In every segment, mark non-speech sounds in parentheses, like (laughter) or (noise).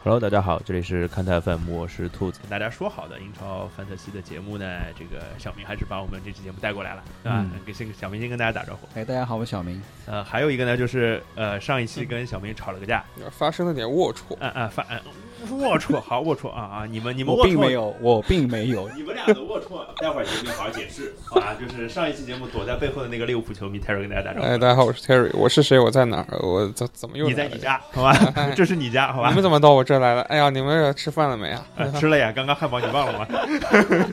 Hello，大家好，这里是看台 FM，我是兔子。跟大家说好的英超范特西的节目呢，这个小明还是把我们这期节目带过来了，对吧？嗯给先小明先跟大家打招呼。哎，大家好，我是小明。呃，还有一个呢，就是呃上一嗯期跟小明吵了个架，发生了点龌龊。啊啊发啊龌龊，好龌龊啊啊！你们你们我龌并没龊。。有，我并没有你们俩的龌龊，待会儿你们好好解释啊！就是上一期节目躲在背后的那个利物浦球迷 Terry 跟大家打招呼。哎，大家好，我是 Terry，我是谁？我在哪儿？我怎怎么又你在来了你？家好哎吧？这是你家好吧你？们怎么到我这儿来了？哎呀，你们吃饭了没啊？啊，吃了呀，刚刚汉堡你忘了吗？ (laughs)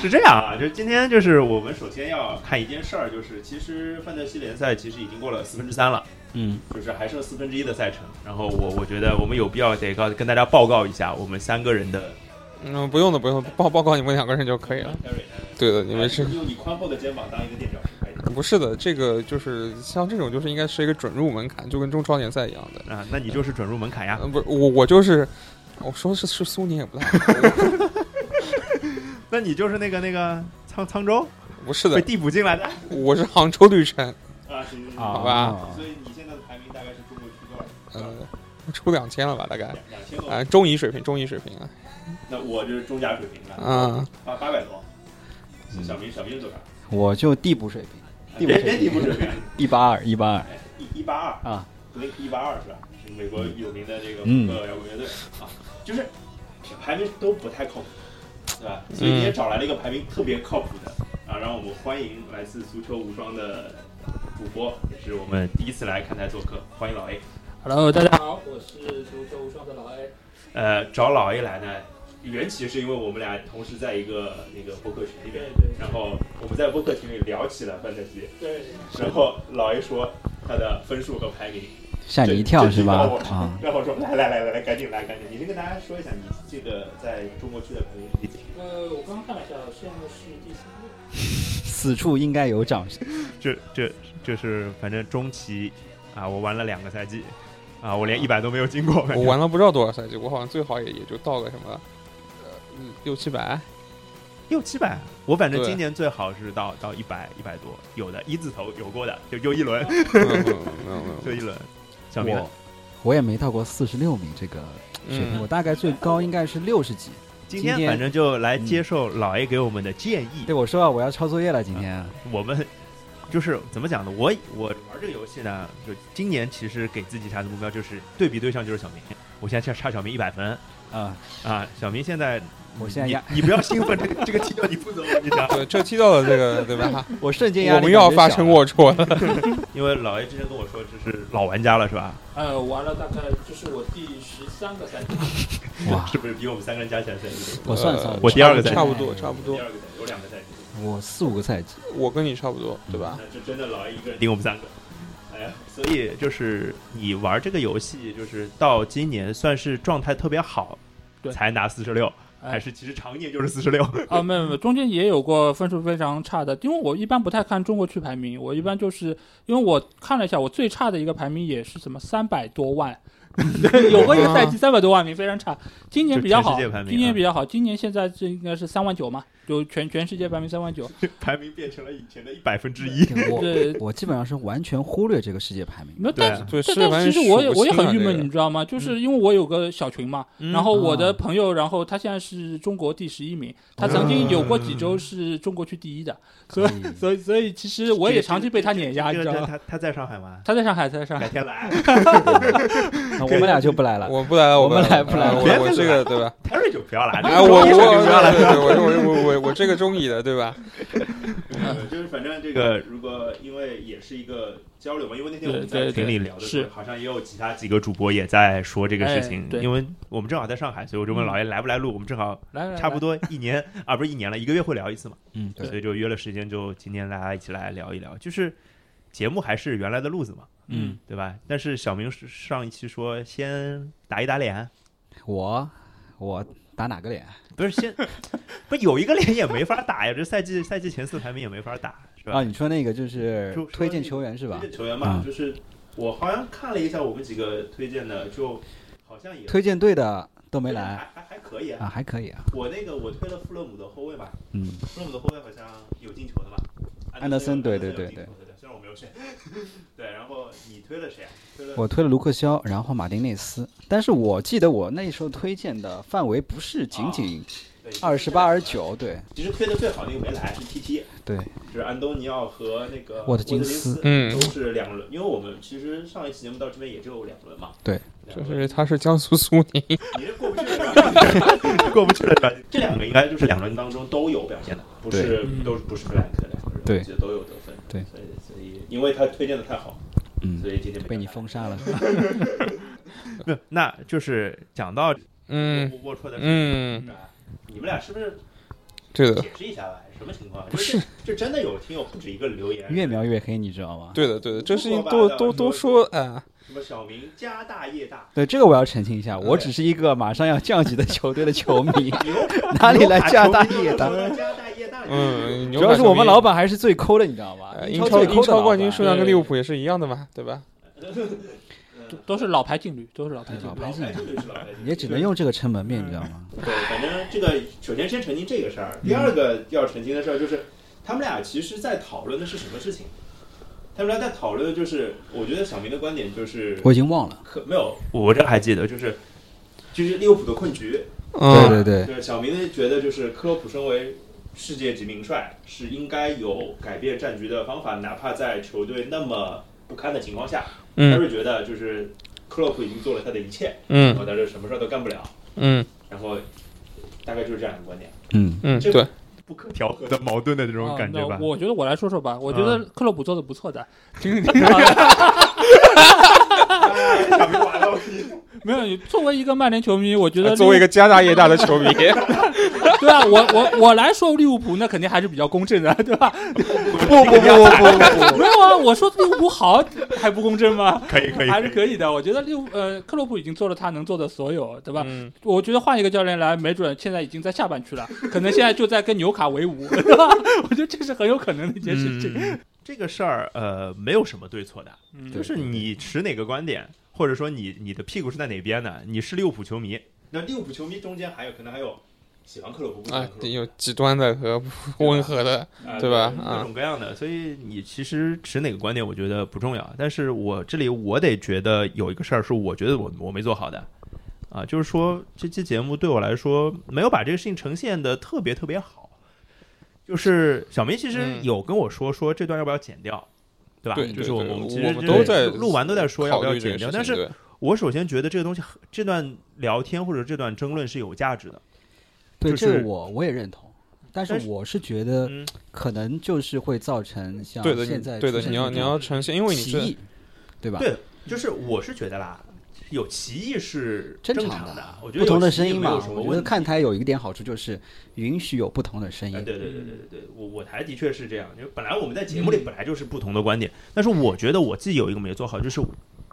是这样啊，就是今天就是我们首先要看一件事儿，就是其实范特西联赛其实已经过了四分之三了，嗯，就是还剩四分之一的赛程。然后我我觉得我们有必要得告跟大家报告一下我们三个人的。呃嗯，不用的，不用的，报报告你们两个人就可以了。对的，你们是用你宽厚的肩膀当一个垫脚石可以的不是的？这个就是像这种，就是应该是一个准入门槛，就跟中超联赛一样的。啊，那你就是准入门槛呀。嗯，不是我，我就是我说是是苏宁也不太那你就是那个那个沧沧州 (laughs) 不是被的，递补进来的我是杭州绿城，啊，行行行好吧 (laughs) 啊所以你现在的排名大概是中国区多少？呃，出两千了吧，大概两两千多啊，中乙水平，中乙水平啊，那我就是中甲水平了啊，八八百多。小明，小明是多少？我就地补水平，哎嗯地别补别水平地步水平，一八二，一八二哎一一八二，啊。那个一八二是吧？是美国有名的这个嗯摇滚乐队啊，就是排名都不太靠谱，对吧？所以嗯今天找来了一个排名特别靠谱的啊，让我们欢迎来自足球无双的主播，也是我们第一次来看台做客，欢迎老 A。 Hello，大家好，我是足球无双的老 A。呃，找老 A 来呢，缘起是因为我们俩同时在一个那个播客群里面，对对然后我们在播客群里聊起了范特西，对，然后老 A 说他的分数和排名。吓你一跳这是吧这这？啊，然后我说来来来来来，赶紧来赶紧，你先跟大家说一下你这个在中国区的排名是第几？呃，我刚刚看了一下，现在是第三位。此处应该有掌声。这这这是反正中期啊，我玩了两个赛季啊，我连一百都没有进过。 (laughs) 我玩了不知道多少赛季，我好像最好也也就到个什么，呃，六七百。六七百，我反正对今年最好是到到一百一百多，有的一字头有过的，就就一轮没有没有没有没有就一轮。小明呢我我也没到过四十六名这个水平，嗯我大概最高应该是六十几。今今天天反正就来接受老 A 给我们的建议对，，我说啊，我要抄作业了，今天啊我们就是怎么讲呢？我我玩这个游戏呢，就今年其实给自己下的目标就是对比对象就是小明，我现在差差小明一百分啊，啊，小明现在。我现在你压，你不要兴奋，这个这个踢掉你不走，我跟你讲，对，这踢到了这个，对吧？我瞬间压力我们又要发生过龌龊了。因为老 A 之前跟我说这是老玩家了是吧？呃，玩了大概就是我第十三个赛季，哇！是不是比我们三个人加起来赛季多？我算了算了，我第二个赛季呃差不多，差不多第，二个赛季有两个赛季，我四五个赛季，我跟你差不多，对啊吧？那就真的老 A 一个人顶我们三个。哎呀，所以就是你玩这个游戏，就是到今年算是状态特别好，对才拿四十六，哎还是其实常年就是四十六？啊，没有没有，中间也有过分数非常差的，因为我一般不太看中国区排名，我一般就是因为我看了一下，我最差的一个排名也是什么三百多 (laughs) 万，有过一个赛季三百多万名非常差，今年比较就好全世界排，名今年比较好，今年现在这应该是三万九嘛，就全全世界排名三万九，排名变成了以前的一百分之一。我对，我基本上是完全忽略这个世界排 (laughs) 名的。没有，对但啊是对，但是但反其正实是我也我也信了很郁这闷，个你知道吗？就是因为我有个小群嘛，嗯然后我啊的朋友，然后他现在是中国第十一名，哦他曾经有过几周是中国区第一的，所以嗯所以所以其实我也长期被他碾压，你这知个这道个哎吗？他他在上海吗？他在上海，他在上改海，天来那我们俩就不来 (laughs) 了。我不来了，我不们来了，来不来哎别我跟我这个对吧？ ，Terry 就不要来了。哎，我我这个就不要来了。我我我我我我这个中乙的，对吧？呃就是反正这个，如果因为也是一个交流嘛，因为那天我们对在对对群里聊的时候，是好像也有其他几个主播也在说这个事情哎，对因为我们正好在上海，所以我就问老爷来不来录，我们正好来来来，差不多一年啊，不是一年了，一个月会聊一次嘛，嗯，对，所以就约了时间，就今天大家一起来聊一聊，就是节目还是原来的路子嘛，嗯，对吧？但是小明是上一期说先打一打脸，嗯我我打哪个脸？不是先，不是有一个脸也没法打呀，这赛季赛季前四排名也没法打，是吧？啊，你说那个就是就说推荐那个球员是吧推？荐球员嘛，嗯就是我好像看了一下我们几个推荐的，就好像也推荐队的都没推荐还来还还可以啊。啊，还可以啊。我那个我推了富勒姆的后卫吧，嗯，富勒姆的后卫好像有进球的吧？安德森有对进对球的对对对，虽然我没有 (laughs) 选。对，然后你推了谁啊？推了我推了卢克肖，然后马丁内斯，但是我记得我那时候推荐的范围不是仅仅对二十八、二十。啊九，对其实推的最好那个没来是 TT，对，是安东尼奥和那个沃沃特特金金斯斯，嗯 (laughs) 都是两轮，因为我们其实上一期节目到这边也只有两轮嘛。对两就轮，是他是江苏苏宁，你这过不去了是吧，过不去了是吧。 (laughs) 这两个应该就是两轮当中都有表现的，不是对都不是弗兰克的两个人，对我记得都有得分。对所以所以因为他推荐的太好，嗯所，以今天被你封杀了。没有，那就是讲到嗯龌龊的事情嗯，是吧？你们俩是不是对的，解释一下吧？什么情况？不就是这真的有听友不止一个留言，越描越黑，你知道吗？对的，对的，这事情不说都吧都那都我说哎，什么小明家大业大，对，这个我要澄清一下，我对只是一个马上要降级的球队的球迷，牛 (laughs) 哪里来家大业牛大？卡球迷都说家大业大，嗯，主要是我们老板，板还是最抠的，你知道吗？呃英啊英超最抠英的老超板冠军数量跟对利物浦也是一样的嘛，对吧？都都是老牌劲旅，都是老牌劲老旅。啊白老净牌就是老牌，也只能用这个撑门面，你知道吗？对，反正这个首先先澄清这个事儿，第二个要澄清的事儿就是，他们俩其实在讨论的是什么事情？他们俩在讨论的就是，我觉得小明的观点就是，我已经忘了。可没有，我这还记得，就是就是利物浦的困局，嗯，对对对，就是小明觉得就是克洛普身为世界级名帅是应该有改变战局的方法，哪怕在球队那么不堪的情况下，他嗯是觉得就是克洛普已经做了他的一切，然嗯后但是什么事儿都干不了，嗯然后大概就是这样一个观点。嗯，嗯，这对，不可调和的矛盾的这种感觉啊吧嗯那。我觉得我来说说吧，我觉得克洛普做的不 (laughs) 错的。 (laughs) 啊小明完 (laughs) 了，没有，你作为一个曼联球迷，我觉得啊作为一个个家大业大的球迷，对啊，我我我来说利物浦，那肯定还是比较公正的，对吧？不 (laughs) 不不不不 (laughs) 不，哦没有啊，我说利物浦好还不公正吗？可以可还是可以的，我觉得利物呃克洛普已经做了他能做的所有，对吧？嗯，我觉得换一个教练来，没准现在已经在下半区 (laughs) 了，可能现在就在跟纽卡为伍，对吧？我觉得这是很有可能的一件事情。嗯 (laughs) 这个事儿呃没有什么对错的，嗯就对是你持哪个观点，或者说你你的屁股是在哪边的，你是利物浦球迷，那利物浦球迷中间还有可能还有喜欢克洛普，不喜欢哎克，洛有极端的和温和的，普，啊对吧呃各种各样的，所以你其实持哪个观点，我觉得不重要。但是我这里我得觉得有一个事儿是我觉得我我没做好的，啊，就是说这期节目对我来说没有把这个事情呈现的特别特别好。就是小明其实嗯有跟我说说这段要不要剪掉，对吧？对，就是对我对们其我实们就都是在录完都在说要不考要虑这剪个掉，事但情是对我首先觉得这个东西很这段聊天或者这段争论是有价值的。对，就这个是我我也认同，但但是是我是觉得嗯可能就是会造成像对的现在你对的，出现你要这你种要呈现，因为你歧是义，对吧？对就是我是觉得啦，有歧义是正常常的的，我觉得不同的有歧义声音没嘛有，什么我觉得问题。呃看台有一个点好处就是允许有不同的声哎，音。对对对对嗯对对，我我台的确是这样，就本来我们在节节目目里里本本来就是不同的观点，但是我觉得我自己有一个没做好，就是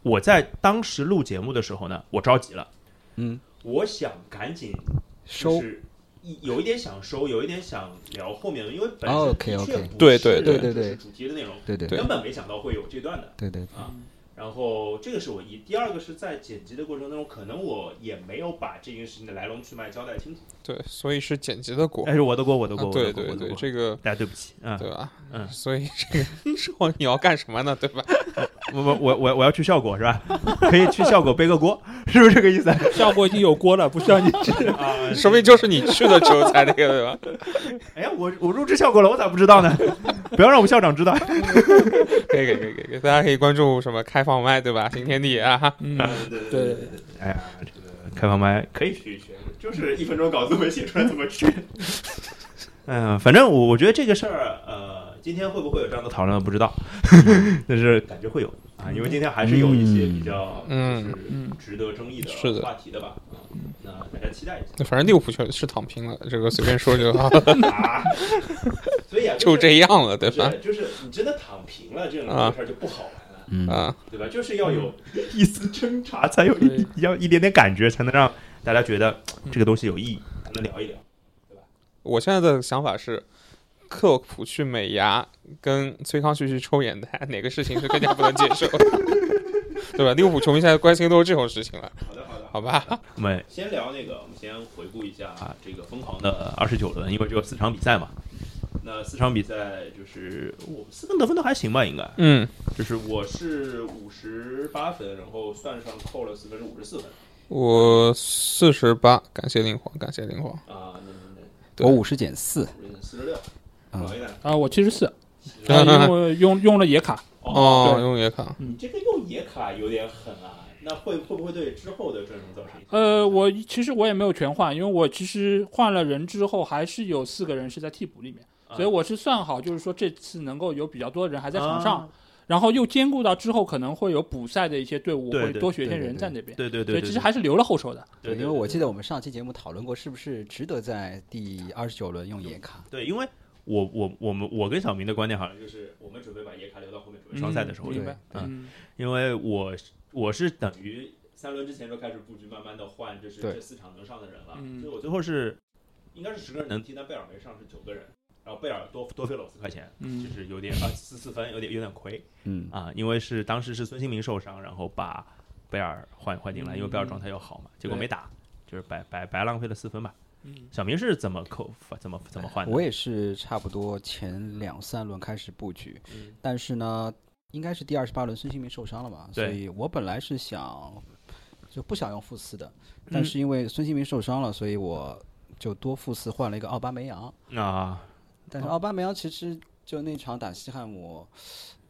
我在当时录节目的时候呢，我着急了，嗯，我想赶紧就收是一有一点想收，有一点想聊后面的，因为本哦身，OK，的确 OK 不对是对对对就是主题的内容，对对对啊根本没想到会有这段的。对对，然后这个是我一，第二个是在剪辑的过程当中，可能我也没有把这件事情的来龙去脉交代清楚。对，所以是剪辑的果。哎但是我的锅，我的啊锅，我对的锅，我对的对，锅。这个大家对不起啊！对吧？嗯 (laughs) 所以这个说你要干什么呢？对吧？我我我我我要去效果是吧？ (laughs) 可以去效果背个锅，是不是这个意思？效果已经有锅了，不需要你啊，说不定就是你去的球才这个，对吧？ (laughs) 哎呀，我我入职效果了，我咋不知道呢？ (laughs) 不要让我们校长知道。可以可以可以可以可以，大家可以关注什么开放麦，对吧？新天地啊，哈嗯，对对对对，哎呀，这个开放麦可可以。以学一学，就是一分钟稿子没写出来怎么 (laughs) 学。嗯，反正我我觉得这个事儿，呃，今天会不会有这样的讨论不知道，(laughs) 嗯但是感觉会有啊，因为今天还是有一些比较嗯就是嗯值得争议是的的话题的吧，啊那大家期待一反正利物浦球是躺平了，这个随便说就好了，下啊。所以啊，就是这啊样了，对不吧？是就是你真的躺平了，这种啊事儿就不好玩了，嗯，啊，对吧？就是要有嗯一丝挣扎，才有一要一点点感觉，才能让大家觉得嗯这个东西有意义。咱们聊一聊，我现在的想法是，克洛普去美牙跟崔康旭去抽眼袋，哪个事情是更加不能接 (laughs) 受的？对吧？利物浦球迷现在关心都是这种事情了，好的好的，好吧？我们先聊那个，我们先回顾一下啊这个疯狂的呃二十九轮，因为只有四场比赛嘛，那四四场比赛就是我们四分得分都还行吧，应该嗯，就是我是五十八分，然后算上扣了四分是五十四分我四十八，感谢灵皇，感谢灵皇。啊，那那对我五十减四，那四十六，嗯老一点。啊，我七十四，因为用用了野卡，哦，用野卡，嗯你这个用野卡有点狠啊，那会会不会对之后的阵容造成影响？呃，我其实我也没有全换，因为我其实换了人之后，还是有四个人是在替补里面，啊所以我是算好，就是说这次能够有比较多的人还在场啊上，然后又兼顾到之后可能会有补赛的一些队伍，对会对多选一些对对人对在那边，对对所对，以其实还是留了后手的。对，因为我记得我们上期节目讨论过，是不是值得在第二十九轮用野卡？对，因为我我我们我跟小明的观点好像就是我们准备把野卡留到后面准备双赛的时候嗯明白，对嗯，因为我我是等等于于三轮之前就开始布局，慢慢的换，就是对这四场能上的人了。嗯所以我最最后后是应该是十个人能踢，但贝尔没上是九个人，然后贝尔多多费了我四块钱，嗯就是有点啊四四分有点有点亏嗯，啊，因为是当时是孙兴民受伤，然后把贝尔换换进来，因为贝尔状态又好嘛，结果没打，就是白白白浪费了四分吧。嗯小明是怎么扣怎么怎么换的？我也是差不多前两三轮开始布局，嗯但是呢，应该是第二十八轮孙兴民受伤了嘛，所对以我本来是想就不想用负四的，嗯但是因为孙兴民受伤了，所以我就多负四换了一个奥巴梅扬。啊但是奥巴梅扬其实就那场打西汉姆，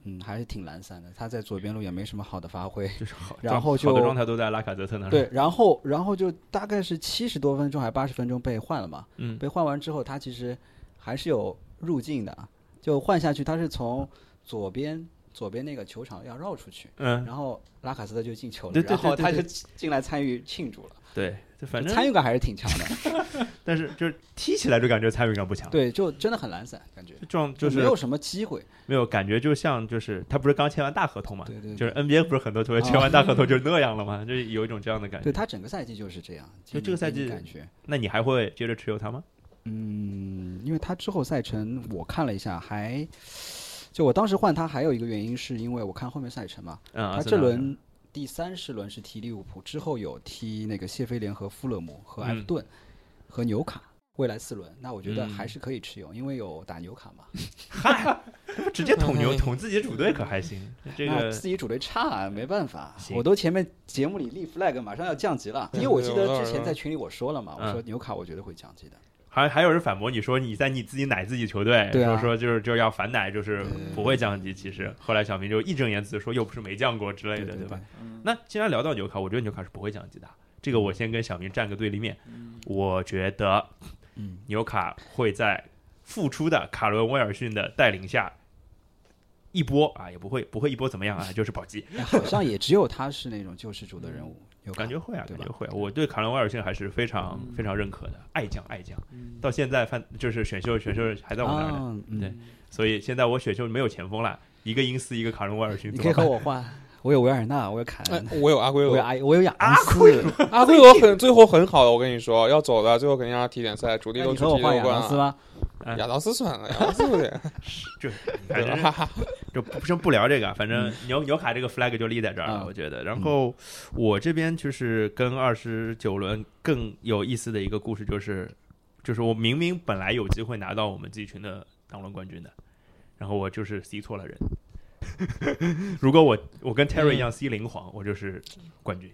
嗯，还是挺懒散的，他在左边路也没什么好的发挥。就是好，然后好的就状态都在拉卡泽特那儿。对，然后然后就大概是七十多分钟还八十分钟被换了嘛，嗯被换完之后他其实还是有入境的，啊就换下去他是从左边左边那个球场要绕出去，嗯，然后拉卡斯特就进球了，对对对然后他对就对进来参与庆祝了，对，就反就正参与感还是挺强的，但是就是踢起来就感觉参与感不强，，对，就真的很懒散感觉。状 (laughs) 就没是有什么机会，没有感觉，就像就是他不是刚签完大合同嘛，对对就是对 NBA 不是很多球员签完大合同就那样了嘛，就有一种这样的感觉。对他整个赛季就是这样。哎就这个赛季给你感觉，那你还会接着持有他吗？嗯，因为他之后赛程我看了一下，还就我当时换他还有一个原因是因为我看后面赛程嘛，嗯，阿他森这纳轮第三十轮是踢利物浦，之后有踢那个谢菲联和富勒姆和埃弗顿和纽卡，未来四轮，那我觉得嗯还是可以持有，因为有打纽卡嘛。这不直接捅牛嗯捅自己主队可还行，这那个自己主队差，啊没办法。行我都前面节目里立 flag，马上要降级了，因为我记得之前在群里我说了嘛，嗯我说纽卡我觉得会降级的。还还有人反驳你说你在你自己奶自己球队，对啊说说就是就要反奶，就是不会降级。其实后来小明就义正言辞说又不是没降过之类的，对对吧？那既然聊到纽卡，我觉得纽卡是不会降级的。这个我先跟小明站个对立面，我觉得嗯，纽卡会在复出的卡伦威尔逊的带领下一波啊，也不会不会一波怎么 (laughs) 样啊，就是保级。哎好像也只有他是那种救世主的人物，有感觉会啊，对感觉吧会啊。我对卡伦威尔逊还是非常嗯非常认可的，爱将爱将。嗯到现在范就是选秀选秀还在我那儿呢，啊，嗯对所以现在我选秀没有前锋了，一个因斯，一个卡伦威尔逊。你可怎以和么我换，我有维尔纳，我有凯哎恩，，我有阿圭我有罗，阿，我有亚当斯。哎阿圭罗很最后很好的，我跟你说，要走的，最后肯定让他踢点赛，主力那都你出和我踢换欧亚冠当斯了。吗？嗯亚当斯算了，亚当斯不 (laughs) 得，办 (laughs) 就对反正吧？哈嗯哈 (laughs) 就不先不聊这个，反正纽纽卡这个 flag 就立在这儿啊了，嗯我觉得。然后我这边就是跟二十九轮更有意思的一个故事，就是就是我明明本来有机会拿到我们集群的当轮冠军的，然后我就是 C 错了人。 (laughs) 如果我我跟 Terry 一样 C 零皇，我就是冠军。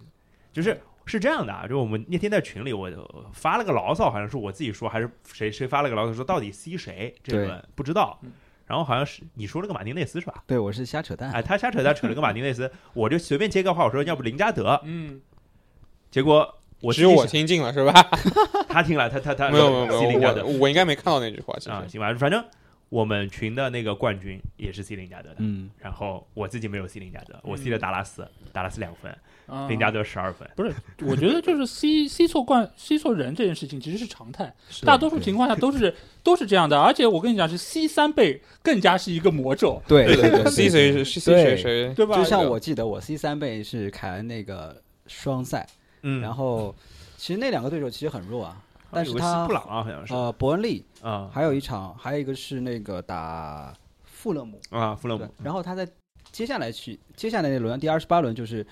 就是是这样的啊，就我们那天在群里我我发了个牢骚，好像是我自己说，还是谁谁发了个牢骚说到底 C 谁这对轮不知道嗯。然后好像是你说了个马丁内斯是吧？ (laughs) 对，我是瞎扯淡。哎，他瞎扯淡，扯了个马丁内斯，我就随便接个话，我说要不林加德，嗯，结果我只有我听，听进了是吧？他听了，他他他没有没有呃西林没加有，德我我应该没看到那句话，其啊，实行吧，反正我们群的那个冠军也是 C 林加德的，嗯，然后我自己没有 C 林加德，我 C 了达拉斯，达拉斯两分，啊林加德十二分，我觉得就是 (laughs) C C 错冠 C 错人这件事情其实是常态，是大多数情况下 (laughs) 都是都是这样的。而且我跟你讲，是 C 三倍更加是一个 (laughs) 魔咒，对对对对对，C 谁谁谁谁对吧？就像我记得我 C 三倍是凯恩那个双赛，嗯，然后后其实那两个对手其实很弱啊，但是有个他西布朗啊，好像是呃伯恩利啊还有一场，还有一个是那个打富勒姆，啊，弗洛对姆，，然后他在接下来去接下来那轮第二十八轮就是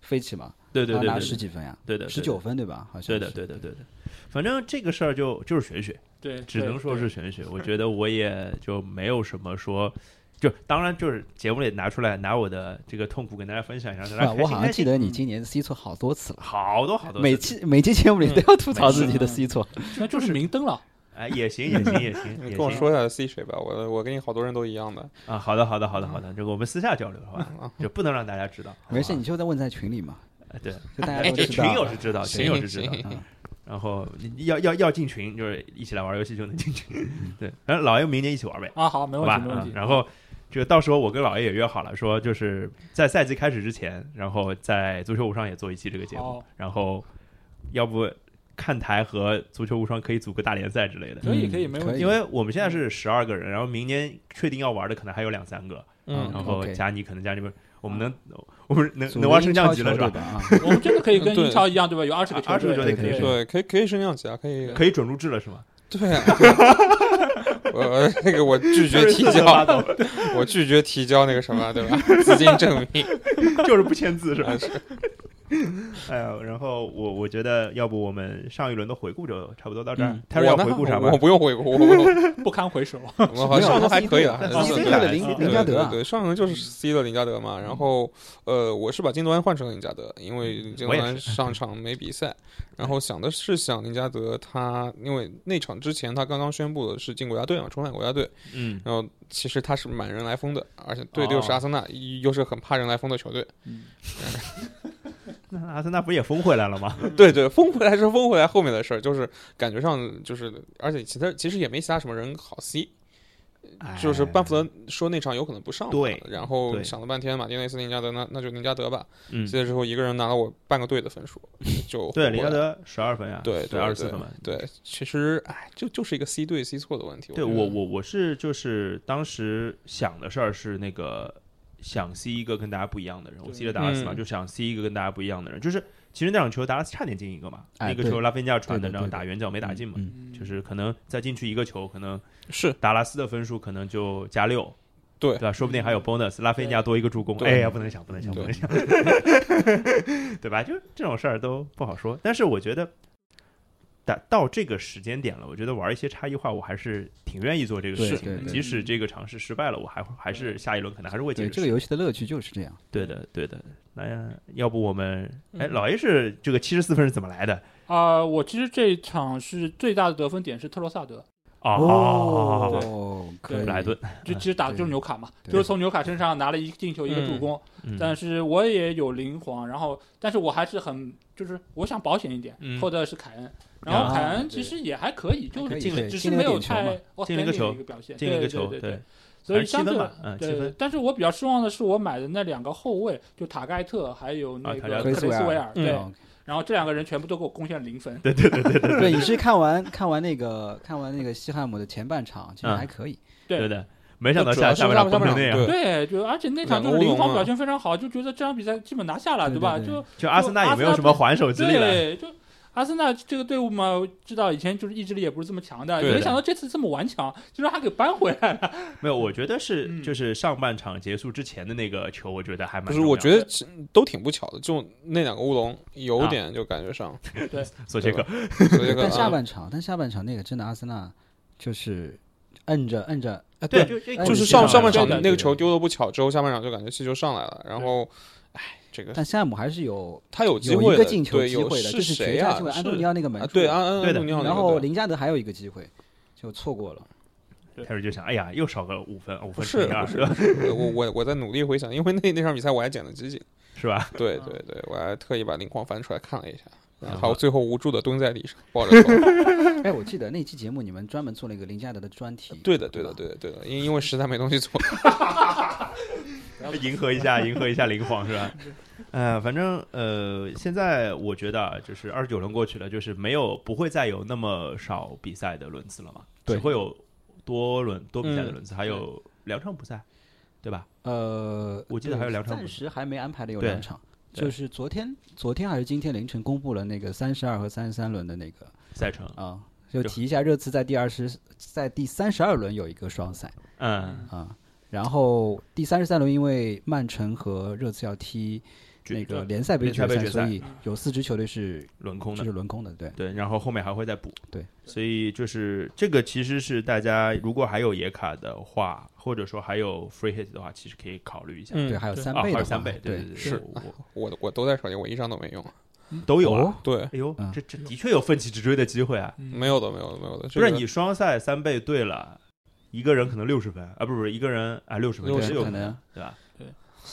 飞起嘛，对对他对拿对十对几分呀，对的，十九分对吧？好像对的，是对的对的对的，反正这个事儿就就是玄学。对，只能说对是玄学。我觉得我也就没有什么说，就当然就是节目里拿出来，拿我的这个痛苦跟大家分享一下，让大啊家开我心好开像记心得你今年 C 错好多次了，好嗯多好多每次嗯期每期节目里都要吐槽自己的 C 错。那就是明灯了。哎也行也行也行，你也跟我行说一下 C 水吧，我我跟你好多人都一样的。啊，好的好的好的好的，这个我们私下交流好吧，就不能让大家知道，好吧没事，你就在问在群里嘛，哎对，就大家哎都这知群道友了。是知道，群行友是知道行啊。然后你你要要要进群，就是一起来玩游戏就能进群。嗯 (laughs) 对，然后老爷明年一起玩呗，啊，好，没好问吧？题，没问嗯题。然后这个到时候我跟老爷也约好了，说就是在赛季开始之前，然后在足球无双也做一期这个节目好，然后要不看台和足球无双可以组个大联赛之类的。可以嗯可以没问题可以因为我们现在是十二个人，然后明年确定要玩的可能还有两三个，嗯然后 OK 加你可能加你们，我们能我们能组能玩英升降超级球了是队吧？吧？啊，我们真的可嗯以跟对英超一样，对吧？有二十个20个啊球球队，队可以对可对对，可以可以升降级啊，可以可以准入制了是吗？对啊。我那个我拒绝提交，我拒绝提交那个什么，对吧？资金证明，就是不签字是吧啊？是 (laughs) 哎呀，然后我我觉得，要不我们上一轮的回顾就差不多到这儿嗯。他、要我呢回顾啥吗我？不用回顾，我我不堪 (laughs) 回首。我好像没有都还可以啊。他还 C 是队对的的林对林加德对啊对，对，上轮就是 C 的林加德嘛，然后呃，我是把金端换成林加德，因为嗯金我也端上场没 (laughs) 比赛，然后想的是想林加德他，因为那场之前他刚刚宣布的是进国家队嘛，重返国家队，嗯，然后其实他是满人来疯的，而且对的又哦是阿森纳，又是很怕人来疯的球队，那阿森纳不也封回来了 (laughs) 吗？对对，封回来是封回来后面的事儿，就是感觉上就是，而且其他其实也没其他什么人好 C，就是班福德说那场有可能不上嘛，哎对然后对想了半天，马丁内斯、林加德，那那就林加德吧。嗯，接着之后，一个人拿了我半个队 (laughs) 的分数，就对，回林过加来了，德十二分呀、对对二十四分嘛。对，其实哎，就就是一个 C 对 C 错的问题。对觉得我我我是就是当时想的事儿是那个想 C 一个跟大家不一样的人，我记得达拉斯嘛，嗯就想 C 一个跟大家不一样的人，就是其实那场球达拉斯差点进一个嘛，哎那个对球拉菲尼亚传的，对的然后对的打远角没打进嘛，嗯就是可能再进去一个球，可能是达拉斯的分数可能就加六，对对吧？说不定还有 bonus，拉菲尼亚多一个助攻。对哎呀，不能想，不能想，不对能想，对吧？就是这种事儿都不好说。但是我觉得，打到这个时间点了，我觉得玩一些差异化，我还是挺愿意做这个事情是的。对对即使这个尝试失败了，我还还是下一轮可能还是会对解这释。个游戏的乐趣就是这样。对的，对的。那呀要不我们哎，嗯老 A 是这个七十四分是怎么来的？啊、我其实这一场是最大的得分点是特洛萨德，哦，好好好好好好，哦，可以布莱顿，就其实打的就是纽卡嘛，对就是从纽卡身上拿了一个进球一个助攻，啊嗯但是我也有灵皇，然后但是我还是很就是我想保险一点，嗯扣的是凯恩，然后啊凯恩其实也还可以，就还可是以进了对只是进了没有点球嘛太进了一个 outstanding 球的一个表现，进了一个对球，对对，所还是以七相分对吧，嗯，七对分，。但是我比较失望的是，我买的那两个后卫，就塔盖特还有那啊个塔克盖特雷斯克雷斯维维尔，嗯对，哦然后这两个人全部都给我贡献了零分，对，你是看完看完那个看完那个西汉姆的前半场，其实嗯还可以。对对的，没想到主要下是下半下场崩半成场那样。对对，就而且那场两个就是乌林龙皇啊表现非常好，就觉得这场比赛基本拿下了，对吧？对对就就阿森纳也没有什么还手之力了。对，就阿森纳这个队伍嘛，知道以前就是意志力也不是这么强的，对的没想到这次这么顽强，就让他给扳回来了。没有，我觉得是嗯就是上半场结束之前的那个球，我觉得还蛮不重是？要的。我觉得其都挺不巧的，就那两个乌龙有点就感觉上，索啊切克，所以这个 (laughs) 但下啊半场，但下半场那个真的阿森纳就是摁着摁着，啊对，对，就哎就是你上是上半场对的那个球丢的不巧之后，下半场就感觉气球上来了，然后哎，这个但西汉姆还是有他有机有会一个的，进球对机有会的，就是是谁绝呀？杀机会，安东尼是奥那个门啊，柱，对，安安对的安东尼奥那个，然后对林加德还有一个机会，就错过了。开始就想，哎呀，又少个五分，五不分是乘以二不是是吧？不是，我我我在努力回想，因为那那场比赛我还捡了集锦， (laughs) 是吧？对嗯啊对对，我还特意把林矿翻出来看了一下，然然后后最后无助的蹲在地上 (laughs) 抱着头。哎，我记得那期节目你们专门做了一个林加德的专题，对的对吧的对的对的，因因为实在没东 (laughs) 西做。迎合一下，迎合一下林皇是吧？呃，反正呃，现在我觉得啊，就是二十九轮过去了，就是没有不会再有那么少比赛的轮次了嘛，对只会有多轮多比赛的轮次，还嗯对有两场补赛，对吧？呃，我记得还有对两场不暂是时还没安排的有对两场，对就是昨天昨天还是今天凌晨公布了那个三十二和三十三轮的那个赛程，啊，就就提一下热刺在第二十在第三十二轮有一个双赛嗯啊，然后第三十三轮因为曼城和热刺要踢决那个对联赛杯联赛决杯赛，决所赛嗯以有四支球队是轮空就的是。轮空的，对。对，然后后面还会再补。对，所以就是这个其实是大家如果还有野卡的话，或者说还有 free hit 的话，其实可以考虑一下。对，嗯，还有对三啊，倍还的有话，三倍，对对对，是我我我都在手机，我一张都没用。我都有啊。对，哎呦嗯，这这的确有奋起直追的机会啊！没有的，没有的，没有的。不是这个你双赛三倍对了，一个人可能六十分啊，不是不是一个人啊六十分， 60也是有可能对吧？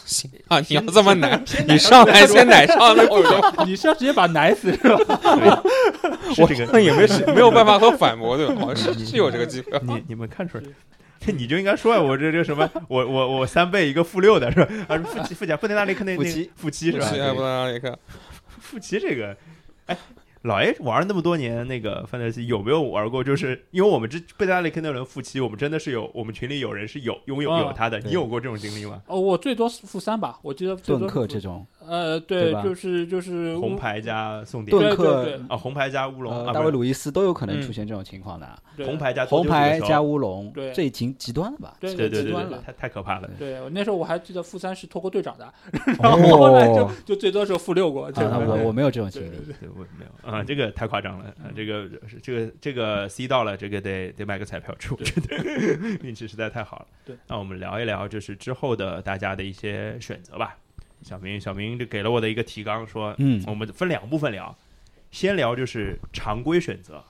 行啊，你要这么奶，你上来先奶上来，我就你是要直接把奶死是吧？是这我个也没是没有办法和反驳，对 (laughs) 吧？哦是是有这个机会。啊你你们看出来。这 (laughs) 你就应该说啊，我这这什么，我我我三倍一个负六的是吧？啊，是负七负甲不能那里肯定负七负 (laughs) 七是吧？是对埃布拉里克，富奇这个，哎，老 A 玩了那么多年那个范特西，有没有玩过？就是因为我们这贝加利克那轮富奇，我们真的是有，我们群里有人是有拥有啊有他的，你对有过这种经历吗？哦，我最多是负三吧，我记得最多顿是克负这种，呃，对对，吧就是就是红牌加送点顿对克对、啊，红牌加乌龙、呃啊，大不卫·是鲁伊斯都有可能嗯出现这种情况的，啊对红牌加红牌加乌，乌龙对，这已经极端了吧？对对对极对端对，了。太太可怕了。对，我那时候我还记得负三是拖过队长的，然后后来 (laughs) 就哦，就最多是负六过，这啊个我我没有这种经历，对，我没有啊，这个太夸张了啊！这个这个这个 C 到了，这个得得买个彩票吃，我觉得 (laughs) 运气实在太好了。对，那我们聊一聊就是之后的大家的一些选择吧。小明，小明就给了我的一个提纲，说，嗯我们分两部分聊，先聊就是常规选择，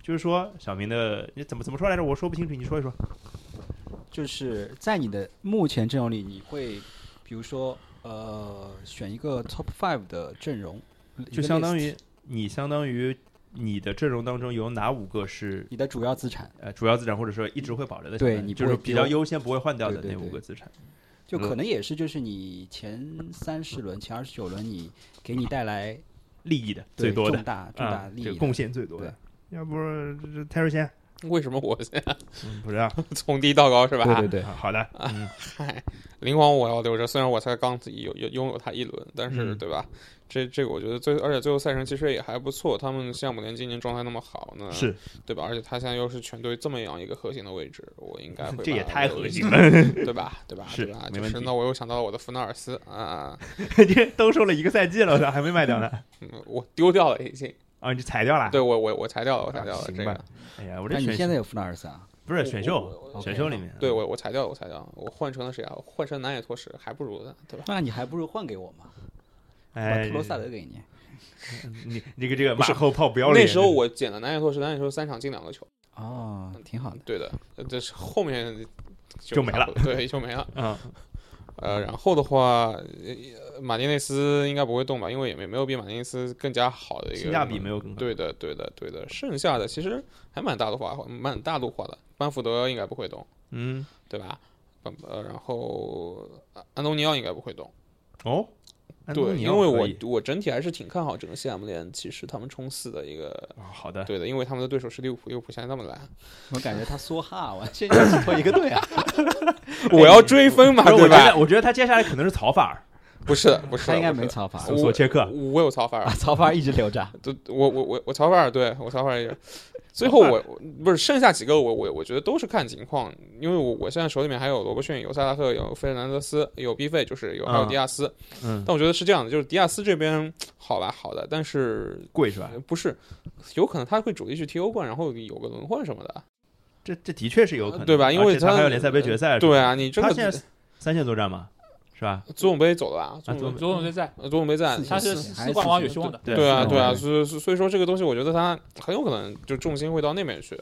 就是说小明的你怎么怎么说来着？我说不清楚，你说一说。就是在你的目前阵容里，你会比如说呃选一个 top five 的阵容，一就个相当 list，于你相当于你的阵容当中有哪五个是你的主要资产呃主要资产，或者说一直会保留的资产，对你不就是会比丢较优先不会换掉的对对那五对个资产。就嗯可能也是就是你前三十轮、前二十九轮，你给你带来利益的对最多的重大重啊大，利这益个的。贡献最多的。要不这泰瑞先，为什么我现在嗯不 (laughs) 知道。从低到高是吧？对对对，啊好的，嗯，嗨， (laughs) 灵皇我要留着，虽然我才刚有有拥有它一轮，但是、嗯对吧？这这个我觉得最，而且最后赛程其实也还不错。他们像姆联今年状态那么好呢，是对吧？而且他现在又是全队这么样一个核心的位置，我应该 (laughs) 会这也把太我核留心下，了，对吧？对吧？是对吧？没就问是题那我又想到了我的弗纳尔斯啊， (laughs) 这兜售了一个赛季了，我操，还没卖掉 (laughs) 呢。嗯我丢掉了已经，啊，你裁掉了？对我我我裁掉了，我啊，裁掉了这行吧个。。哎呀，我这那你选现在有弗纳尔斯啊？不是选秀，我我选秀里面，对我我裁掉了，我裁掉了，我换成了谁啊？我换成南野拓实，还不如呢，对吧？那你还不如换给我嘛，把哎，特罗萨德给你。你你这个这个不马是后炮不要脸。那时候我捡了南野拓实，南野拓实三场进两个球。哦，挺好的。对的，呃这是后面就没了，对，(laughs) 就没了。啊，呃，然后的话，呃马丁内斯应该不会动吧，因为也没没有比马丁内斯更加好的一个性价比没有更高。对的，对的，对的。剩下的其实还蛮大陆化，蛮大陆化的。班福德应该不会动，嗯，对吧？班呃，然后呃安东尼奥应该不会动，哦，安东对，尼因奥为可我以我整体还是挺看好整个西汉姆联，其实他们冲刺的一个，啊好的，对的，因为他们的对手是利物浦，利物浦现在 (laughs) 那么烂，哎我感觉他梭哈，完全就是同一个队啊。我要追分嘛，不是我对觉得吧？我觉得他接下来可能是曹法尔，不是的，不是的，他应该不没是的草法索索切克。我 (laughs) 有曹法尔啊，，草法一直留着。对，我我我我曹法尔，对我曹法 (laughs) 尔也是。最后我我不是剩下几个我我我觉得都是看情况，因为我我现在手里面还有罗伯逊、有萨拉赫、有费尔南德斯、有 B 费，就是有还有嗯迪亚斯。嗯，但我觉得是这样的，就是迪亚斯这边好吧好的，但是贵是吧？呃不是有可能他会主力去踢欧冠，然后有个轮换什么的。这这的确是有可能，对吧因为而且他他还有联赛杯决赛，对啊，，你真他现的在三线作战嘛，是吧？足总杯走了吧？足啊总足左总队在，呃足总杯在四。他是四还是四冠四王十有希望的。对对啊，是对啊，对所以所以说这个东西，我觉得他很有可能就重心会到那边去。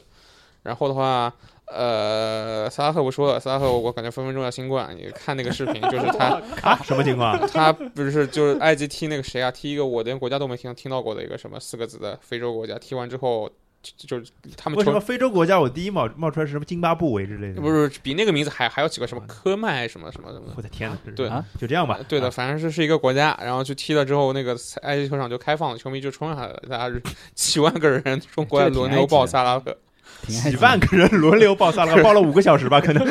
然后的话，呃，萨拉赫不说了，萨拉赫我我感觉分分钟要新冠。你看那个视频，就是他 (laughs) 啊，什么情况？他不是就是埃及踢那个谁啊，踢一个我连国家都没听听到过的一个什么四个字的非洲国家，踢完之后就就就他们为什球么非洲国家我第一冒冒出来是什么津巴布韦之类的？不，是比那个名字还还要几个什么科麦什么什么什么的。我的天哪！这是对啊就这样吧。对的，啊，反正是是一个国家，然后去踢了之后，那个埃及球场就开放了，球迷就冲下来了，大家是几万个人中国这个挺轮埃流及抱的萨拉赫，挺爱几万个人轮流爆萨拉，爆了五个小时吧，可能。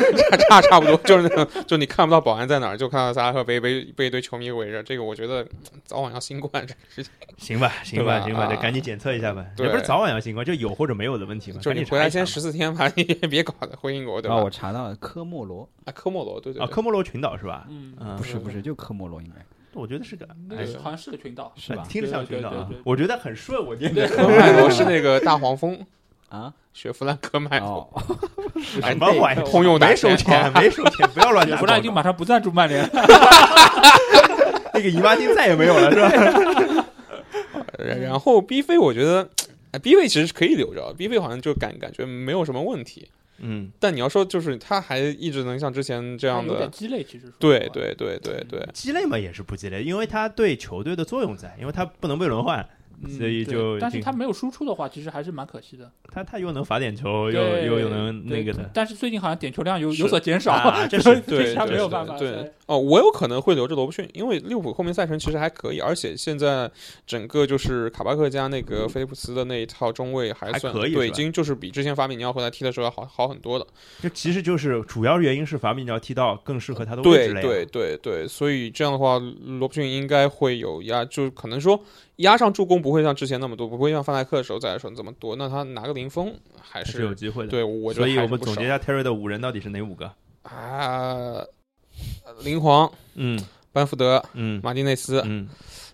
差差不多，就是那种，就你看不到保安在哪儿，就看到萨拉赫被被被一堆球迷围着。这个我觉得嗯早晚要新冠，这个事情行吧，行对吧，吧行吧，啊得赶紧检测一下吧。对也不是早晚要新冠，就有或者没有的问题嘛。就是赶你紧回查来一查先嘛十四天吧，你也别搞得婚姻国对啊，吧我？查到了科莫罗，啊啊，科莫罗，对对啊，对，科莫罗群岛是吧？嗯，嗯不，是不是，就科莫罗应该我觉得是个那哎个是好像是个群岛，是吧？听着像群岛啊对对对对，我觉得很顺，我念对的科麦罗是那个大黄蜂，啊，雪佛兰科麦罗，哦，什么玩意儿？通用哎打没收 (laughs) 钱，没收钱，不要乱雪讲。佛兰已经马上不赞助曼联了。那个姨妈巾再也没有了，是 (laughs) 吧？然然后 B 飞，我觉得哎 B 位其实可以留着，B 位好像就感感觉没有什么问题。嗯，但你要说就是他还一直能像之前这样有点的，鸡肋，其实说对实话，对对嗯对 (laughs) 对，鸡肋嘛也是不鸡肋，因为他对球队的作用在，因为他不能被轮换，嗯所以对就但是这个他没有输出的话，其实还是蛮可惜的。他他又能罚点球，又对又又能那个的但是最近好像点球量有是有所减少， (laughs) 啊这是所以对这是他对没有对办法。对对哦，我有可能会留着罗布逊，因为利物浦后面赛程其实还可以，而且现在整个就是卡巴克加那个菲利普斯的那一套中卫还还算可以对，是已吧经就是比之前法比尼奥回来踢的时候要好好很多了。就其实就是主要原因是法比尼奥踢到更适合他的位对置了呀。对对对，所以这样的话，罗布逊应该会有压，就是可能说压上助攻不会像之前那么多，不会像范戴克的时候在的时候这么多，那他拿个零封还还是有是。机会的。对，我觉得所以还我是们不总少结一下 Terry 的五人到底是哪五个？啊，林皇、嗯班福德、嗯马丁内斯、嗯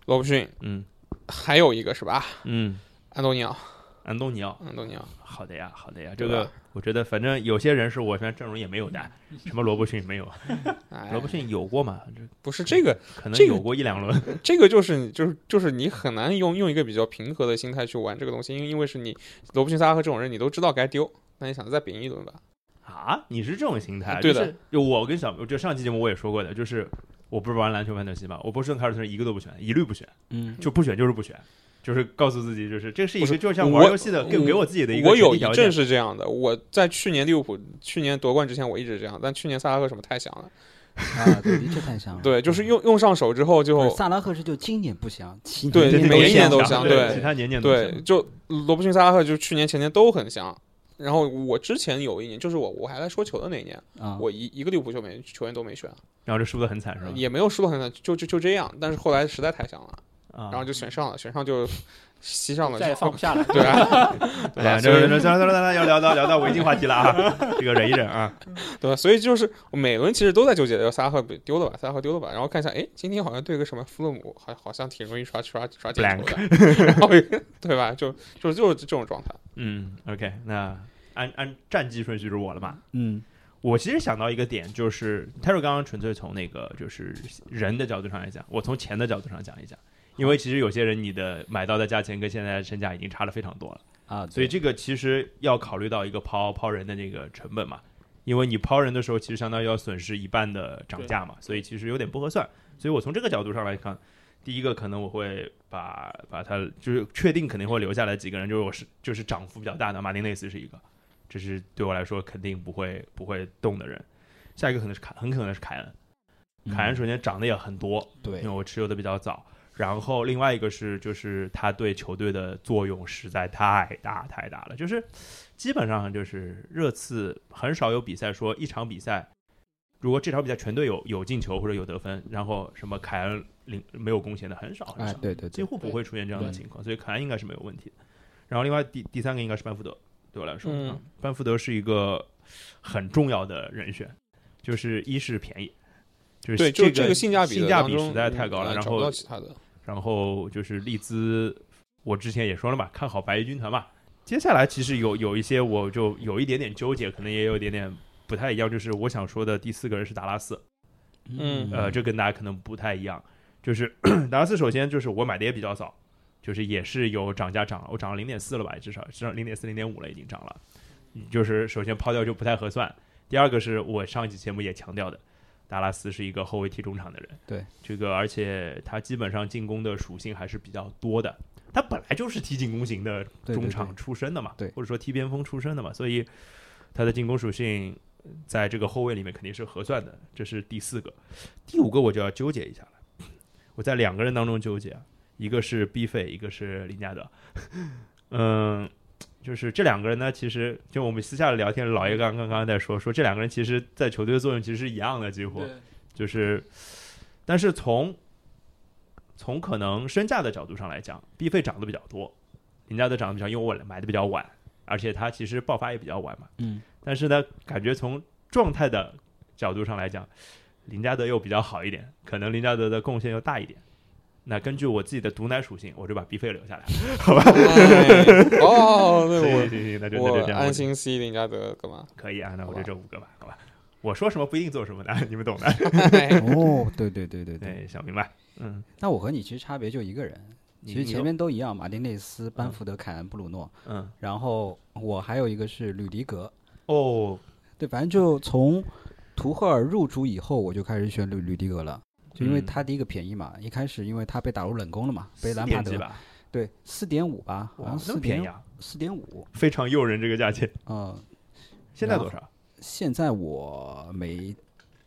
罗布逊，嗯还有一个是吧？嗯，安东尼奥，安东尼奥。安东尼奥，好的呀，好的呀，这对个吧我觉得反正有些人是我像阵容也没有 (laughs) 的，什么罗伯逊没有，哎罗伯逊有过嘛？这不是这个，可能这个有过一两轮。这个就是就是就是你很难用用一个比较平和的心态去玩这个东西，因为因为是你罗布逊、萨拉赫这种人，你都知道该丢，那你想着再扁一轮吧？ (laughs) 啊，你是这种心态？对就的是就我跟小，就上期节目我也说过的，就是我不是玩篮球范特西嘛，我波士顿凯尔特人一个都不选，一律不选，嗯，就不选就是不选，就是告诉自己，就是这是一不个是就像玩我游戏的，给我给我自己的一个我前有提一条阵件。是这样的，我在去年利物浦去年夺冠之前我一直这样，但去年萨拉赫什么太香了，啊，对，的确太香了。 (laughs) 对，就是用用上手之后就不是，萨拉赫是就今年不香，其对对年对每一现年都象香对，对其他年年都对，香。就罗布逊、萨拉赫，就是去年、前年都很香。然后我之前有一年，就是我我还来说球的那一年，啊，我一一个利物浦球没球员都没选，然后就输的很惨是吧？也没有输得很惨，就就就这样。但是后来实在太香了，啊，然后就选上了，选上就吸上了，再也放不下了。 (laughs) (laughs) 对啊，哎对呀，吧？这所这以这这这要聊到聊到违禁话题了啊， (laughs) 这个忍一忍啊。对吧？所以就是每轮其实都在纠结，要萨拉赫丢了吧，萨拉赫丢了吧。然后看一下，哎，今天好像对个什么弗洛姆，好好像挺容易刷刷刷进球的， (laughs) 然后对吧？就就就是这种状态。嗯，OK，那按按战绩顺序是我了嘛？嗯，我其实想到一个点，就是泰瑞刚刚纯粹从那个就是人的角度上来讲，我从钱的角度上讲一讲，因为其实有些人你的买到的价钱跟现在的身价已经差了非常多了，啊，对所以这个其实要考虑到一个抛抛人的那个成本嘛，因为你抛人的时候其实相当于要损失一半的涨价嘛，所以其实有点不合算，所以我从这个角度上来看。第一个可能我会把把他就是确定肯定会留下来几个人，就是我是就是涨幅比较大的马丁内斯是一个，这是对我来说肯定不会不会动的人。下一个可能是凯，很可能是凯恩。凯恩首先涨得也很多，嗯对因为我持有的比较早。然后另外一个是，就是他对球队的作用实在太大太大了，就是基本上就是热刺很少有比赛说一场比赛，如果这场比赛全队有有进球或者有得分，然后什么凯恩零没有贡献的很少很哎，少，对对几对，乎不会出现这样的对情况，所以凯恩应该是没有问题的。然后另外第第三个应该是班福德，对我来说，嗯啊班福德是一个很重要的人选，就是一是便宜，就是对，就是这个性价比的性价当比中实在太高了，嗯然找不后到其 (laughs) 他的。然后就是利兹，我之前也说了嘛，看好白衣军团嘛。接下来其实有有一些我就有一点点纠结，可能也有一点点不太一样，就是我想说的第四个人是达拉斯，嗯 (laughs) 呃，这跟大家可能不太一样。就是 (coughs) 达拉斯，首先就是我买的也比较早，就是也是有涨价涨了，我涨了零点四了吧，至少至少零点四、零点五了，已经涨了。嗯就是首先抛掉就不太合算。第二个是我上一期节目也强调的，达拉斯是一个后卫踢中场的人，对这个，而且他基本上进攻的属性还是比较多的。他本来就是踢进攻型的对对中对场出身的嘛，对或者说踢边锋出身的嘛，所以他的进攻属性在这个后卫里面肯定是合算的，这是第四个。第五个我就要纠结一下了，我在两个人当中纠结啊，一个是 B 费，一个是林加德。 (laughs) 嗯，就是这两个人呢，其实就我们私下聊天，老爷刚刚刚刚在说，说这两个人其实在球队的作用其实是一样的，几乎对，就是，但是从从可能身价的角度上来讲，B 费涨得比较多，林加德涨得比较，因为我买的比较晚，而且他其实爆发也比较晚嘛。嗯，但是呢，感觉从状态的角度上来讲，林加德又比较好一点，可能林加德的贡献又大一点。那根据我自己的毒奶属性，我就把 B 费留下来。哎哦， (laughs) 行 (laughs) 对行行行，那就我那就我这样，安心 C 林加德干 (laughs) 嘛？可以啊，那我就好吧这五个吧，好吧。我说什么不一定做什么的， (laughs) 你们懂的。 (laughs) 哎哦，对对对对对。对，想明白。嗯，那我和你其实差别就一个人，你其实你前有面都一样，马丁内斯、班福德、凯恩、布鲁诺，嗯然后我还有一个是吕迪格，哦，对，反正就从图赫尔入主以后，我就开始选吕吕迪格了。就因为嗯他第一个便宜嘛，一开始因为他被打入冷宫了嘛，被四兰帕点几德吧，对四点五吧，好哇像，那四么便宜点啊，四点五，非常诱人这个价钱。嗯，现在然后多少？现在我没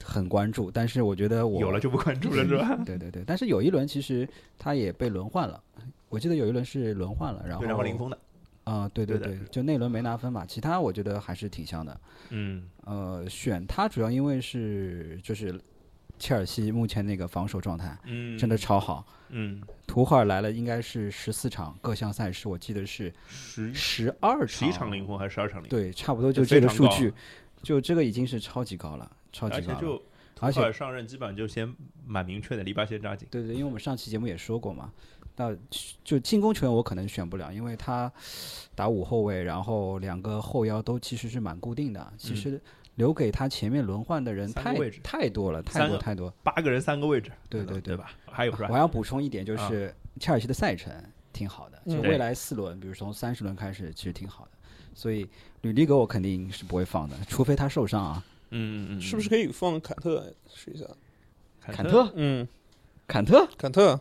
很关注，但是我觉得我有了就不关注了是吧？对对对，但是有一轮其实他也被轮换了，我记得有一轮是轮换了，(laughs) 然后对，然后零封的。啊、对对对对的，就那轮没拿分嘛，其他我觉得还是挺像的。嗯呃，选他主要因为是就是切尔西目前那个防守状态嗯，真的超好，嗯，图赫尔来了应该是十四场各项赛事，我记得是十十二嗯十一场零封还是十二场零？，对，差不多这就这非个常数高啊据，就这个已经是超级高了，超级而高且了。就而库且尔上任基本上就先蛮明确的，篱笆先扎紧。对对，因为我们上期节目也说过嘛，那就进攻球员我可能选不了，因为他打五后卫，然后两个后腰都其实是蛮固定的，其嗯实留给他前面轮换的人三个太位置太多了，三太多个太多。八个人三个位置，对对对对吧？还有是我吧？要补充一点，就啊是切尔西的赛程挺好的，就嗯对未来四轮，比如从三十轮开始，其实挺好的。所以吕迪格我肯定是不会放的，除非他受伤啊。嗯嗯嗯，是不是可以放坎特试一下？坎坎？特，嗯，坎特，坎特，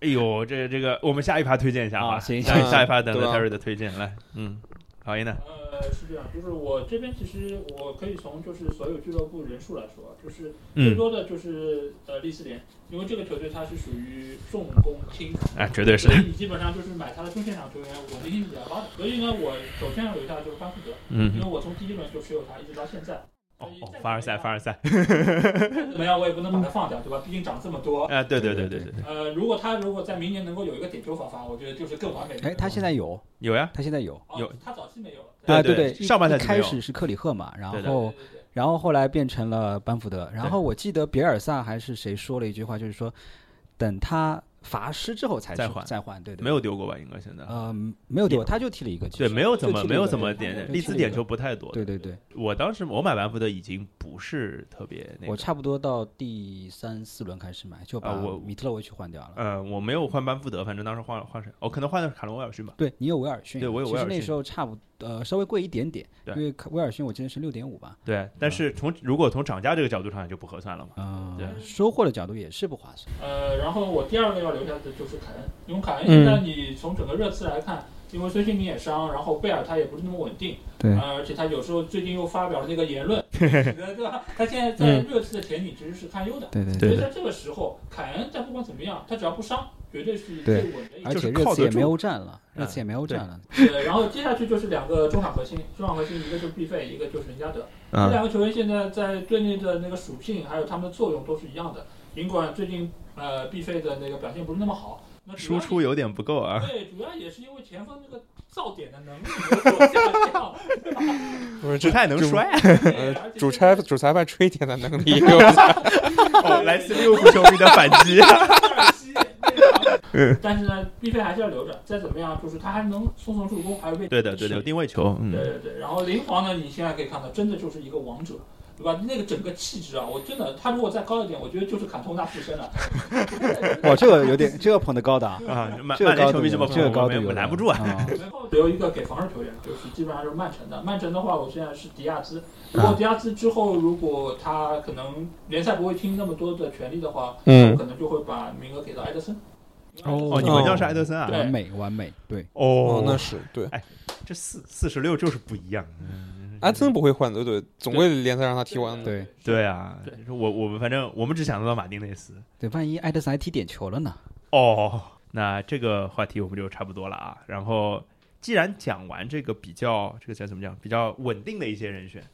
哎呦，这这个我们下一趴推荐一下啊行下一行下一趴等对着吧 Terry 的推荐来。嗯，好音呢？呃，是这样，就是我这边其实我可以从就是所有俱乐部人数来说啊，就是最嗯，多的就是呃利斯联，因为这个球队它是属于重攻轻守，啊，绝对是所。以你基本上就是买它的中线场球员，稳定性比较高的。所以呢，我首先留下就是班福德，因为嗯，我从第一轮就持有他，一直到现在。哦哦，凡尔啊赛，凡尔赛。怎么样，我也不能把它放掉，对吧？毕竟涨这么多。啊，对对对对哦对对对对对，呃，如果他如果在明年能够有一个点球法发，我觉得就是更完美的。哎，他现在有，有呀。他现在有哦有他早期没有了。对啊，对对，哦一上半赛一季没开有始是克里赫嘛，然对的后对对对然后后来变成了班福德，然对后我记得比尔萨还是谁说了一句话，就是说等他罚失之后才再出换再换，对对，没有丢过吧？应该现在。呃没有丢，他就踢了一个，其对，实没有怎就么踢了没一有个怎么对点，就利踢兹了一点个球不太多。对对对，我当时我买班福德已经不是特别那个，我差不多到第三四轮开始买，就把啊我米特勒维奇换掉了。呃，我没有换班福德，反正当时换换谁，我、可能换的是卡隆威尔逊吧。对你有威尔逊，对我有其威实尔那逊时候差不呃稍微贵一点点，对因为威尔逊我记得是六点五吧，对，但是从、如果从涨价这个角度上来就不合算了嘛。嗯对，收获的角度也是不划算。呃，然后我第二个要留下的就是凯恩，因为凯恩现在你从整个热刺来看，因为孙兴民也伤，然后贝尔他也不是那么稳定，对呃，而且他有时候最近又发表了那个言论，对吧？他现在在热刺的前景其实是堪忧的，对对对所以在这个时候，凯恩在不管怎么样，他只要不伤，绝对是对最稳的一个而就是且热靠刺得也没住欧战了，热嗯刺也没欧对战了，呃，然后接下去就是两个中场核心，中场核心一个就是毕费，一个就是林加德。啊这两个球员现在在队内的那个属性还有他们的作用都是一样的。尽管最近呃毕费的那个表现不是那么好，那主输要出有点不够啊。对，主要也是因为前锋那个造点的能力有所 (laughs) 下降。不 (laughs) 是不太能摔，啊对呃而且主现在裁主裁判吹点的能力，我 (laughs) 哦来自利物浦球迷的反 (laughs) 击。二七那嗯个但是呢，毕费还是要留着，再怎么样就是他还能送送助攻，还有被对的，对的，有定位球。对呃嗯，对对，然后林皇呢，你现在可以看到，真的就是一个王者，对吧？那个整个气质啊，我真的，他如果再高一点，我觉得就是坎通纳附身啊了。哇，这个有点，这个捧的高的啊，啊，曼这曼个联高球迷度有，这么这个捧，高我度有们的拦不住啊。 (laughs) 啊。最后留一个给防守球员，就是基本上就是曼城的。曼城的话，我现在是迪亚兹。如果迪亚兹之后，如果他可能联赛不会听那么多的权利的话，我嗯，可能就会把名额给到埃德森。哦，你们叫是埃德森啊？对完美完美，对，哦 (laughs) 哦，，那是对。这四四十六就是不一样。嗯安森不会换的，对，总归联赛让他踢完的。对对啊，对我我们反正我们只想得到马丁内斯。对，万一埃德森还踢点球了呢？哦，那这个话题我们就差不多了啊。然后，既然讲完这个比较，这个叫怎么讲，比较稳定的一些人选，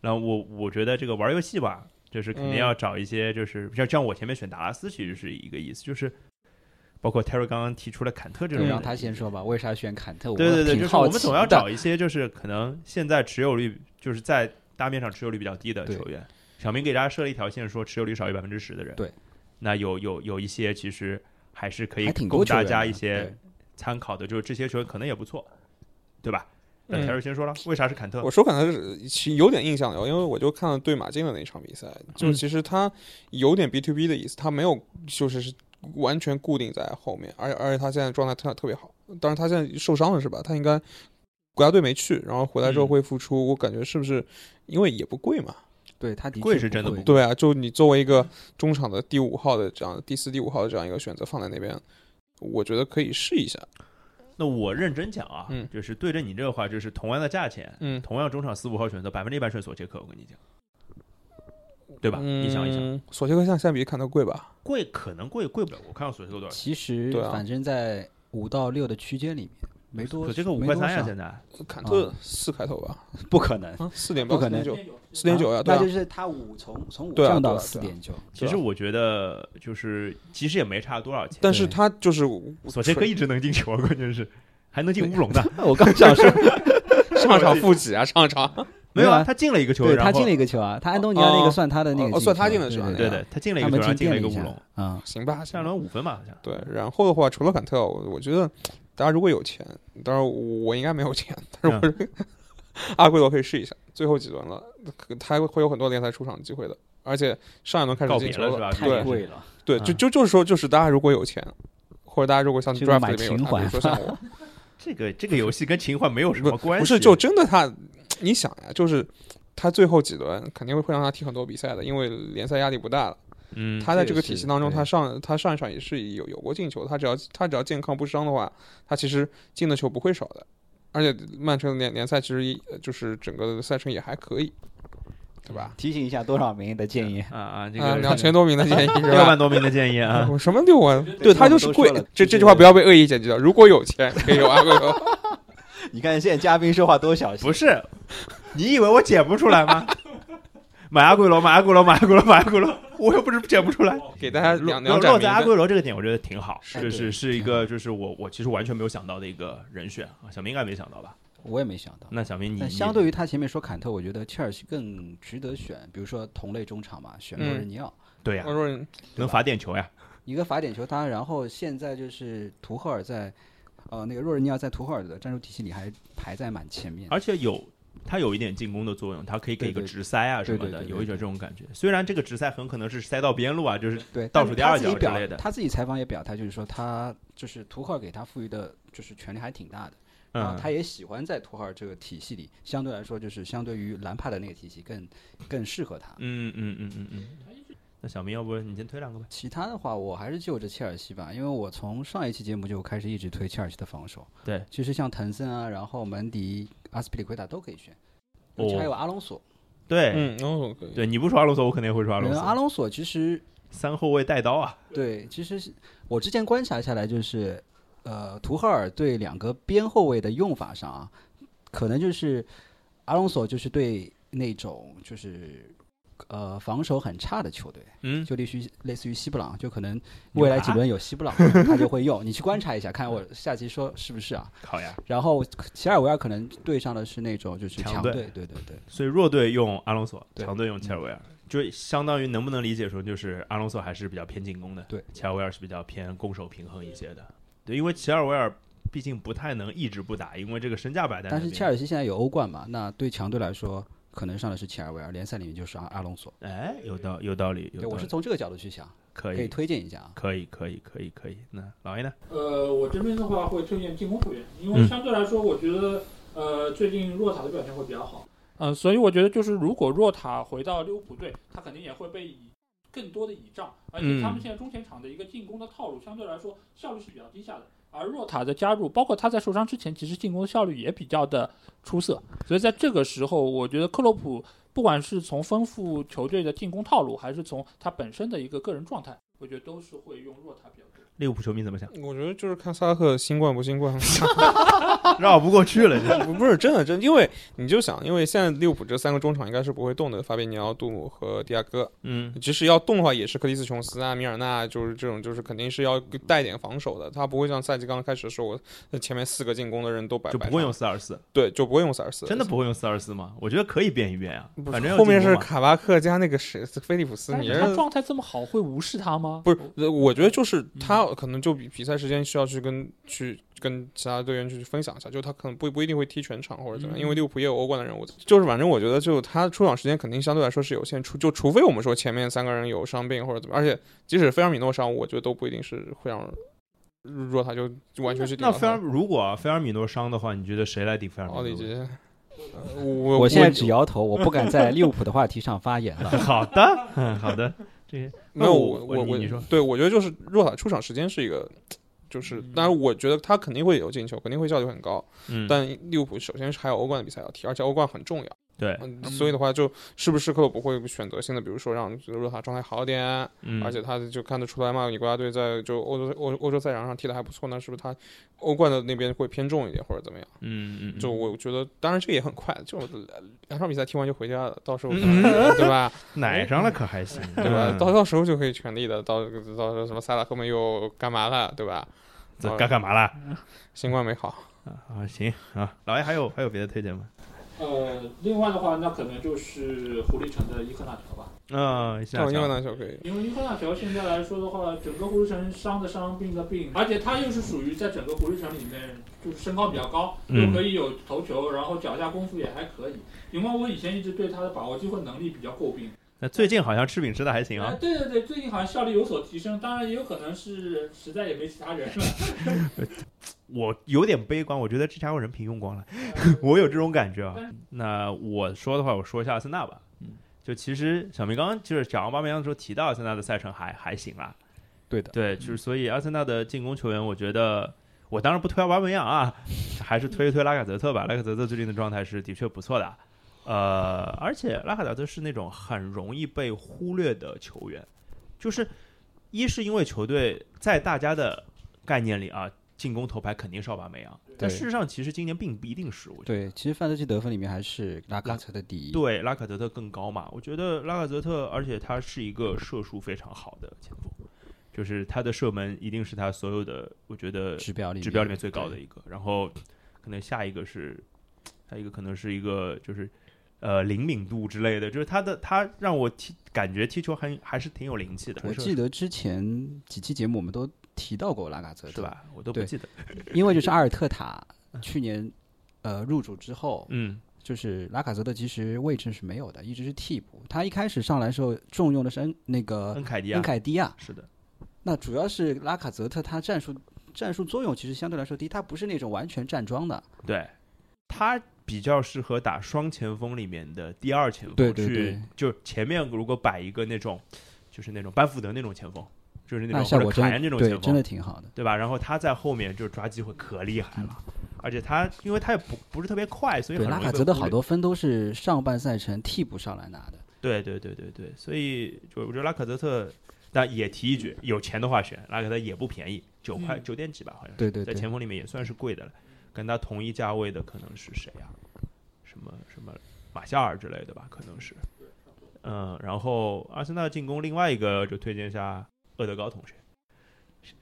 那我我觉得这个玩游戏吧，就是嗯肯定要找一些，就是像、像我前面选达拉斯，其实是一个意思，就是包括 Terry 刚刚提出了坎特这种就人，嗯让他先说吧，为啥选坎特？对对对，挺就是好我们奇总要的找一些就是可能现在持有率就是在大面上持有率比较低的球员，小明给大家设了一条线，说持有率少于百分之十的人，对，那有有有一些其实还是可以还挺供多球大员的家一些对参考的，就是这些球员可能也不错，对吧？那嗯凯瑞先说了，为啥是坎特？我说可能是其实有点印象了，因为我就看了对马竞的那场比赛，就嗯其实他有点 B to B 的意思，他没有就是是完全固定在后面，而且而且他现在状态特特别好，当然他现在受伤了是吧？他应该国家队没去，然后回来之后嗯会复出，我感觉是不是因为也不贵嘛？对他的贵确是真的贵不对啊，就你作为一个中场的第五号的这样第四、第五号的这样一个选择放在那边，我觉得可以试一下。那我认真讲啊，嗯就是对着你这个话，就是同样的价钱，嗯，同样中场四五号选择，百分之一百选索切克，我跟你讲，对吧？嗯你想一想，，索切克像现在比坎特贵吧？贵可能贵贵不了，我看到索切克多少钱？其实对啊反正在五到六的区间里面，没多索切克五没块多三呀，少现在坎啊特四开头吧？不可能，啊，四点八，不可四能点九，四点九呀，对那啊就，是他五从从五对啊降对到啊四对啊点九，其实我觉得就是其实也没差多少钱，但是对他就是索切克一直能进球，关键是还能进乌龙呢。我刚想说，(laughs) 上场负几啊，上场没有没有啊，啊他进了一个球，对然他后进了一个球啊，他安东尼奥那哦个算他的那个哦哦球，算他进的是吧对对对的，他进了一他个球，门然后前进了垫了一个一乌下龙。啊，行吧，下轮五分吧，好像对，然后的话，除了坎特，哦我我觉得大家如果有钱，当然我应该没有钱，但是我、嗯 (laughs) 阿圭罗可以试一下，最后几轮了，可他会有很多联赛出场机会的，而且上一轮开告始别进了球是吧？嗯太对贵了，对，就就就是说，就是大家如果有钱，或者大家如果像这个 draft 买里面有情他，比如怀说像我，这个这个游戏跟情怀没有什么关系，不是就真的他，你想呀，就是他最后几轮肯定会让他踢很多比赛的，因为联赛压力不大了。嗯，他在这这个个是体系当中，对他上他上一场也是有有过进球，他只要他只要健康不伤的话，他其实进的球不会少的。而且曼城联联赛其实一呃就是整个赛程也还可以，对吧？提醒一下多少名的建 (laughs) 议，啊啊，这啊，个两千多 (laughs) 名的建议是六吧万？多名的建议啊，我什么六万？对他我们就是都贵说了。这就这句是话不要被恶意剪辑掉。如果有钱，可以有阿圭罗。你看现在嘉宾说话多小 (laughs) 心不，是，你以为我剪不出来吗？ (laughs) 买阿圭罗，买阿圭罗，买阿圭罗，买阿圭罗，我又不是剪不出来。 (laughs) 给 (laughs) 大家落两两落盏在阿明圭罗这个点，我觉得挺好，哎就对是是一挺个就是我我其实完全没有想到的一个人选啊，小明应该没想到吧？我也没想到。那小明你但相对于他前面说坎特，我觉得切尔西更值得选，比如说同类中场嘛，选嗯莫日尼奥，对呀我，说你能罚点球呀，一个罚点球他，然后现在就是图赫尔在，呃，那个若日尼奥在图赫尔的战术体系里还排在蛮前面。而且有他有一点进攻的作用，他可以给对一个对直塞啊什对么对的，对对有一种这种感觉。虽然这个直塞很可能是塞到边路啊，就是对，倒但数是第他二自己脚之表类的他自己采访也表态，就是说他就是图赫尔给他赋予的，就是权力还挺大的。然后嗯，他也喜欢在图赫尔这个体系里，相对来说就是相对于兰帕的那个体系更更适合他。嗯嗯嗯嗯嗯。那小明，要不你先推两个呗？其他的话，我还是就着切尔西吧，因为我从上一期节目就开始一直推切尔西的防守。对，其实像滕森啊，然后门迪、阿斯皮利奎塔都可以选，哦还有阿隆索。对哎嗯，哦，可以。对，你不说阿隆索，我肯定会说阿隆嗯阿索。隆索其实三后卫带刀啊，对，其实是我之前观察下来，就是呃，图赫尔对两个边后卫的用法上啊，可能就是阿隆索就是对那种就是呃防守很差的球队，嗯，就类似于类似于西布朗，就可能纽未来卡几轮有西布朗，他就会用。你去观察一下，看我下期说是不是啊？好呀。然后切尔维尔可能对上的是那种就是强强队队，对对对，所以弱队用阿隆索，对强队用切尔维尔，就相当于能不能理解说，就是阿隆索还是比较偏进攻的，对，切尔维尔是比较偏攻守平衡一些的，对，因为切尔维尔毕竟不太能一直不打，因为这个身价摆在那边。但是切尔西现在有欧冠嘛，那对强队来说，可能上的是切尔维尔，联赛里面就是阿阿隆索。哎，有道有道理，有对，道理我是从这个角度去想，可可以以推荐一下啊。可以可以可以可以，那老 A 呢？呃，我这边的话会推荐进攻球员，因为嗯相对来说，我觉得呃最近若塔的表现会比较好。呃，所以我觉得就是如果若塔回到利物浦队，他肯定也会被以更多的倚仗，而且他们现在中前场的一个进攻的套路相对来说效率是比较低下的。而若塔的加入，包括他在受伤之前，其实进攻效率也比较的出色，所以在这个时候，我觉得克洛普不管是从丰富球队的进攻套路，还是从他本身的一个个人状态，我觉得都是会用若塔比较多。利物浦球迷怎么想？我觉得就是看萨拉赫新冠不新冠，绕不过去了，这 (laughs) 不是真的真的，因为你就想，因为现在利物浦这三个中场应该是不会动的，法比尼奥、杜姆和迪亚哥。嗯即使要动的话，也是克里斯琼斯啊、米尔纳，就是这种，就是肯定是要带点防守的。他不会像赛季刚刚开始的时候，我呃前面四个进攻的人都摆就不会用，四二四，对，就不会用塞尔斯，真的不会用四二四吗？我觉得可以变一变啊，不是。反正要后面进攻是嘛卡巴克加那个谁，菲利普斯，但你是这他状态这么好，会无视他吗？不是，呃我觉得就是嗯他可能就比比赛时间需要去跟去跟其他队员去分享一下，就他可能不不一定会踢全场或者怎么嗯样，因为利物浦也有欧冠的人物，就是反正我觉得就他出场时间肯定相对来说是有限，除就除非我们说前面三个人有伤病或者怎么，而且即使菲尔米诺伤，我觉得都不一定是会让若塔就就完全去顶那到菲尔他。如果啊菲尔米诺伤的话，你觉得谁来顶菲尔奥米里诺？吉，呃我我现在只摇头，我不敢在利物浦的话题上发言 (laughs) 了。 (laughs) 好的， (laughs) 嗯好的，这个没有，那我我我你我你说对，我觉得就是若塔出场时间是一个，就是当然我觉得他肯定会有进球，肯定会效率很高。嗯，但利物浦首先是还有欧冠的比赛要踢，而且欧冠很重要，对，嗯，所以的话就是不是克洛普会选择性的，比如说让若塔状态好点，嗯，而且他就看得出来嘛，你国家队在就欧洲欧欧洲赛场上踢得还不错，那是不是他欧冠的那边会偏重一点或者怎么样？嗯嗯，就嗯我觉得，当然这个也很快，就两场比赛踢完就回家了，到时候可能 (laughs) 对吧？奶上了可还行， (laughs) 对吧？嗯到到时候就可以全力的，到到时候什么萨拉赫没有干嘛了，对吧？呃这该干嘛啦？新冠没好，啊，行啊，老爷还有还有别的推荐吗？呃，另外的话，那可能就是狐狸城的伊克纳乔吧。嗯，这像种哦英文篮球可以。因为伊科纳乔现在来说的话，整个狐狸城伤的伤，病的病，而且他又是属于在整个狐狸城里面，就是身高比较高，嗯又可以有头球，然后脚下功夫也还可以。因为我以前一直对他的把握机会能力比较诟病，那最近好像吃饼吃的还行哎，啊，对对对，最近好像效率有所提升，当然也有可能是实在也没其他人了。我有点悲观，我觉得这家伙人品用光了，嗯 (laughs) 我有这种感觉啊。那我说的话，我说一下阿森纳吧。嗯就其实小明刚刚就是讲奥巴梅扬的时候提到阿森纳的赛程还还行啦，对的，嗯对，就是所以阿森纳的进攻球员，我觉得我当然不推奥巴梅扬啊， (laughs) 还是推一推拉卡泽特吧。拉卡泽特最近的状态是的确不错的，呃，而且拉卡泽特是那种很容易被忽略的球员，就是一是因为球队在大家的概念里啊，进攻头牌肯定是奥巴梅扬，但对事实上其实今年并不一定是，我觉得。对，其实范德西得分里面还是拉卡特的第一。对，拉卡泽特更高嘛。我觉得拉卡泽特，而且他是一个射术非常好的前锋，就是他的射门一定是他所有的，我觉得指标里指标里面最高的一个。然后可能下一个是，还有一个可能是一个就是呃灵敏度之类的，就是他的他让我踢感觉踢球很还是挺有灵气的，我是记得之前几期节目我们都提到过拉卡泽特，是？吧？我都不对记得。因为就是阿尔特塔去年呃入主之后，嗯就是拉卡泽特其实位置是没有的，一直是替补。他一开始上来的时候重用的是恩那个恩凯迪亚呃恩凯迪亚，是的，啊那主要是拉卡泽特他战术战术作用其实相对来说低，他不是那种完全站桩的。对，他比较适合打双前锋里面的第二前锋，对对去对就前面如果摆一个那种，就是那种班福德那种前锋，就是那那种效或果者凯恩真这的种前对，真的锋，挺好的。对吧？然后他在后面就是抓机会可厉害了，而且他因为他也不不是特别快，所以嗯对，很拉容易卡被泽特忽好略多分都是上半赛程替补上来拿的。对对对对对，所以就我觉得拉卡泽嗯特，但也提一句，有钱的话选拉卡泽也不便宜，九块嗯九点几吧，好像是对对在对前锋里呃面也算是贵的了。跟他同一价位的可能是谁啊？什么什么马夏尔之类的吧，可能是。嗯，然后阿森纳进攻另外一个就推荐一下厄德高同学，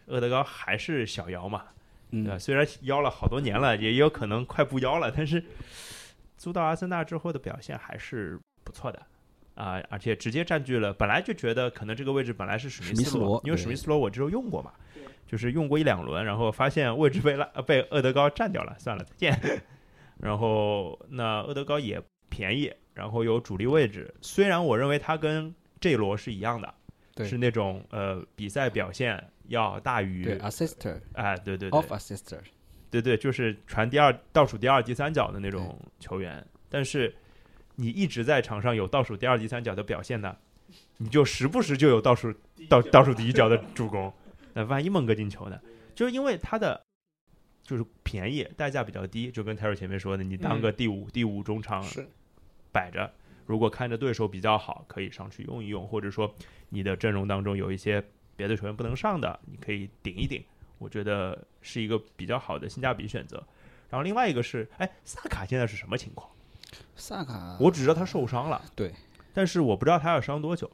厄德高还是小妖嘛，对吧？嗯，虽然邀了好多年了，也也有可能快不邀了，但是租到阿森纳之后的表现还是不错的啊、而且直接占据了本来就觉得可能这个位置本来是史密史密斯罗罗，因为对史密斯罗我之后用过嘛对，就是用过一两轮，然后发现位置被拉呃被厄德高占掉了，算了，再见。 (laughs) 然后那厄德高也便宜，然后有主力位置，虽然我认为他跟 J 罗是一样的。对是那种呃，比赛表现要大于对，assister 啊哦哎、对对对 of assister，对对，就是传第二倒数第二、第三脚的那种球员，但是你一直在场上有倒数第二、第三脚的表现呢，你就时不时就有倒数倒倒数第一脚的助攻，那万一蒙哥进球呢？就是因为他的就是便宜，代价比较低，就跟泰瑞前面说的，你当个第五、第五中场是摆着，如果看着对手比较好，可以上去用一用，或者说你的阵容当中有一些别的球员不能上的，你可以顶一顶，我觉得是一个比较好的性价比选择。然后另外一个是，哎，萨卡现在是什么情况？萨卡，我只知道他受伤了，啊对，但是我不知道他要伤多久。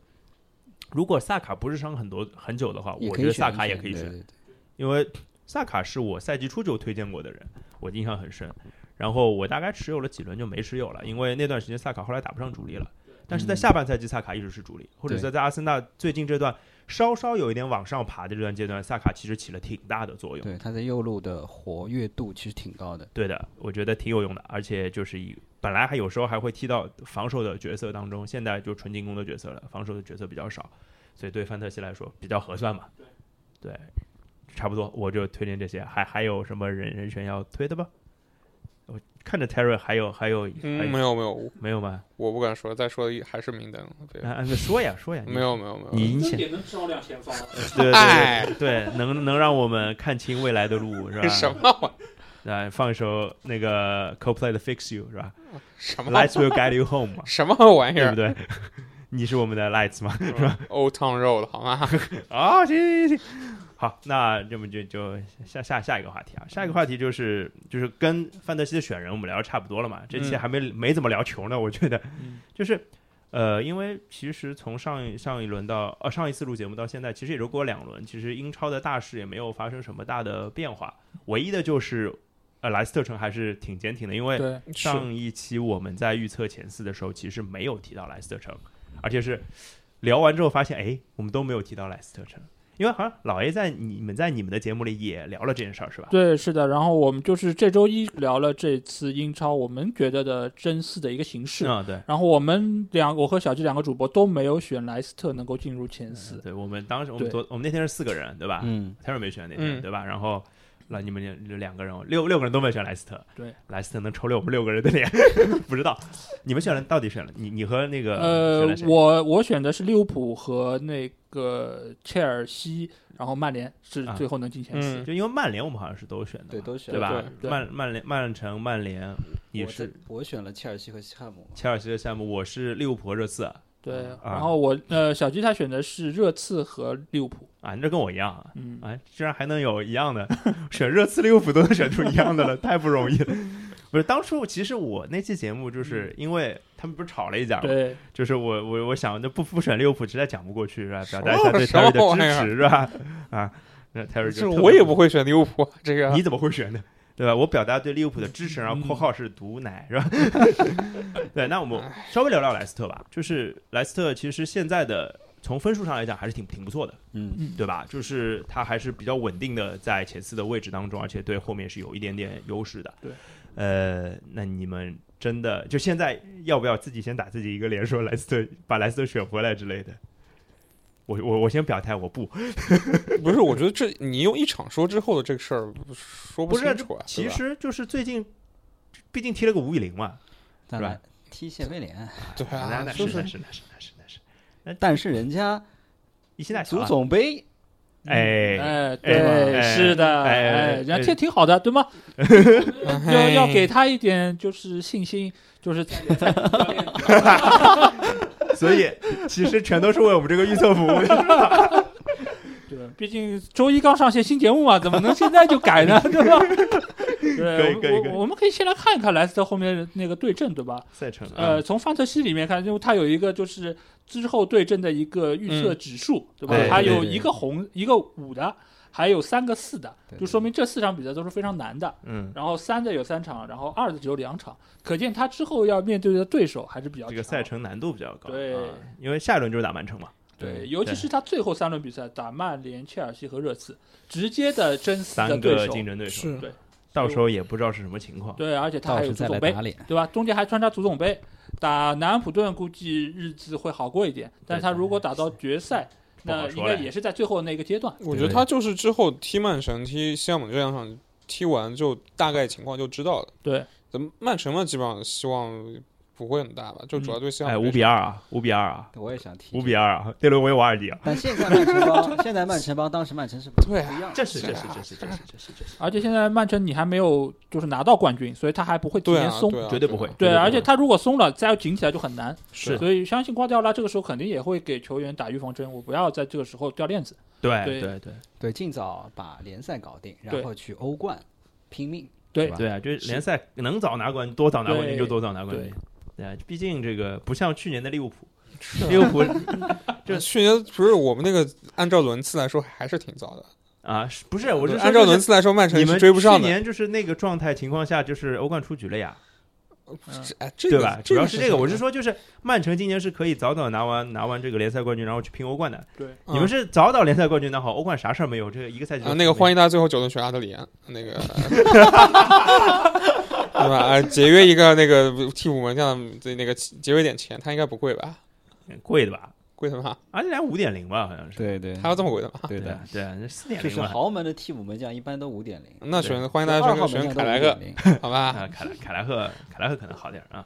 如果萨卡不是伤很多很久的话，也我可觉以得选萨卡也可以选选对，对对因为萨卡是我赛季初就推荐过的人，我印象很深。然后我大概持有了几轮就没持有了，因为那段时间萨卡后来打不上主力了。但是在下半赛季，萨卡一直是主力，或者说在阿森纳最近这段稍稍有一点往上爬的这段阶段，萨卡其实起了挺大的作用。对，他在右路的活跃度其实挺高的。对的，我觉得挺有用的，而且就是以本来还有时候还会踢到防守的角色当中，现在就纯进攻的角色了，防守的角色比较少，所以对范特西来说比较合算嘛。对，差不多，我就推荐这些。还还有什么人人选要推的吧？我看着 Terry 还有还有还嗯，有没有没有，没有吗？我不敢说，再说一还是明灯。对啊，啊说呀说呀，你没有没有没有，你这影响也能照亮前方啊。对哎对对对，能能让我们看清未来的路是吧？ (laughs) 什么玩意来放一首那个 Coldplay 的 Fix You 是 (laughs) 吧什么？Lights will guide you home 嘛。什么玩 (laughs) 意对儿不？嗯对？你是我们的 lights 吗？ Old Town Road 好 (laughs) 吗？ (laughs) 啊，行行行，行好，那这么就就下下下一个话题啊，下一个话题就是就是跟范德西的选人我们聊的差不多了嘛，这期嗯还没、没怎么聊球呢，我觉得嗯就是呃，因为其实从上一上一轮到呃上一次录节目到现在，其实也就过两轮，其实英超的大事也没有发生什么大的变化，唯一的就是呃莱斯特城还是挺坚挺的，因为对，上一期我们在预测前四的时候，其实没有提到莱斯特城，而且是聊完之后发现，哎，我们都没有提到莱斯特城，因为好像老 A 在你们在你们的节目里也聊了这件事儿，是吧？对，是的。然后我们就是这周一聊了这次英超我们觉得的争四的一个形式。啊，对，然后我们两，我和小鸡两个主播都没有选莱斯特能够进入前四。对我们当时我们对昨我们那天是四个人，对吧？嗯，泰瑞没选那天，嗯对吧？然后。那你们两两个人，六六个人都没选莱斯特，对，莱斯特能抽溜我们六个人的脸， (laughs) 不知道你们选了到底选了你你和那个呃嗯选了，谁我我选的是利物浦和那个切尔西，然后曼联是啊最后能进前四。嗯，就因为曼联我们好像是都选的嘛，对，都选对了吧？对曼曼联、曼城、曼联，你我是的我选了切尔西和西汉姆。切尔西的项目，我是利物浦和热刺对，啊然后我呃，小鸡他选的是热刺和利物浦。啊，你这跟我一样啊，嗯，哎，居然还能有一样的，选热刺、利物浦都能选出一样的了，太不容易了。 (laughs) 不是，当初其实我那期节目嗯就是因为他们不是吵了一架嘛，对，就是我我我想那不不选利物浦实在讲不过去是吧？表么达一下对什么 Terry 的玩意支儿持是吧？ (laughs) 啊，那 Terry 这就我也不会，会选利物浦，啊这个 (laughs) 你怎么会选呢？对吧？我表达对利物浦的支持，然后嗯括号是毒奶是吧？ (laughs) 对，那我们稍微聊聊莱斯特吧，就是莱斯特其实现在的从分数上来讲还是挺挺不错的。嗯，对吧？就是他还是比较稳定的在前四的位置当中，而且对后面是有一点点优势的。对，呃，那你们真的就现在要不要自己先打自己一个脸，说莱斯特把莱斯特选回来之类的？我我我先表态，我不，不是，我觉得这你用一场说之后的这个事儿说不是清楚啊。其对吧实就是最近，毕竟踢了个五比零嘛，再是吧来踢谢菲联，对那啊，那就是是那是那是那是那是，但是人家一起打球足啊，总杯哎，哎，哎对，哎是的，哎哎人家这挺好的，对吗？哎要要给他一点就是信心，就是所以其实全都是为我们这个预测服务的。对，毕竟周一刚上线新节目嘛，怎么能现在就改呢？对吧？对，可以可以我我我们可以先来看一看莱斯特后面那个对阵，对吧？赛程啊呃，，从范特西里面看，就它有一个就是之后对阵的一个预测指数，对吧嗯对？它对有对一个红，一个五的，还有三个四的对，对就说明这四场比赛都是非常难的。嗯，然后三的有三场，然后二的只有两场，可见他之后要面对的对手还是比较这个强赛。程难度比较高，对啊因为下一轮就是打曼城嘛。对，对尤其是他最后三轮比赛打曼联、切尔西和热刺，直接的争四的三对个手。竞争对手，是对到时候也不知道是什么情况。哎对，而且他到还时有再足来总杯打，脸。对吧？中间还穿插足总杯，打南安普顿估计日子会好过一点，但是他如果打到决赛，不好那说应该嘞也是在最后那个阶段。我觉得他就是之后踢曼城、踢西汉姆这两场踢完，就大概情况就知道了。对，咱们曼城嘛，基本上希望不会很大吧，就主要对西汉哎，姆五这场。比二啊，五比二啊，我也想踢五，比二啊，这轮我有瓦尔迪 (laughs) 啊。但现在曼城 (laughs) 帮现在曼城帮当时曼城是不对不一样啊，的，这是这是这是这是这是这是，而且现在曼城你还没有就是拿到冠军，所以他还不会提对前啊，松。对啊，绝对不会啊。对，对而且他如果松了，再要紧起来就很难。是所以相信瓜迪奥拉这个时候肯定也会给球员打预防针，我不要在这个时候掉链子。对对对对对，尽早把联赛搞定，然对后去欧冠拼命，对是吧对啊，就是联赛能早拿冠，多早拿冠军对就多早拿冠军对。对啊，毕竟这个不像去年的利物浦，是啊利物浦这啊去年不是我们那个按照轮次来说还是挺早的，啊，是不是我是说按就照是轮次来说，曼城你是们追不上去的。年就是那个状态情况下，就是欧冠出局了呀，这哎，这个对吧？主这要是这这个，我是，说，就是曼城今年是可以早早拿完拿完这个联赛冠军，然后去拼欧冠的。对，你们是早早联赛冠军拿好，欧冠啥事儿没有，这个一个赛季嗯啊，那个欢欢迎大家最后九轮选阿德里安，(laughs) 那个，对吧？啊，节约一个那个替补门将的那个节约点钱，他应该不贵吧？迎贵的吧？贵的吗？阿迪莱五点零吧，好像是。对对还要这么贵的吗？对的，，对啊，四点就零是吧。豪门的替补门将一般都五点零，那选欢迎大二家号选门将选凯都莱五点，克零，好吧？啊，凯莱凯莱赫，凯莱赫可能好点儿啊。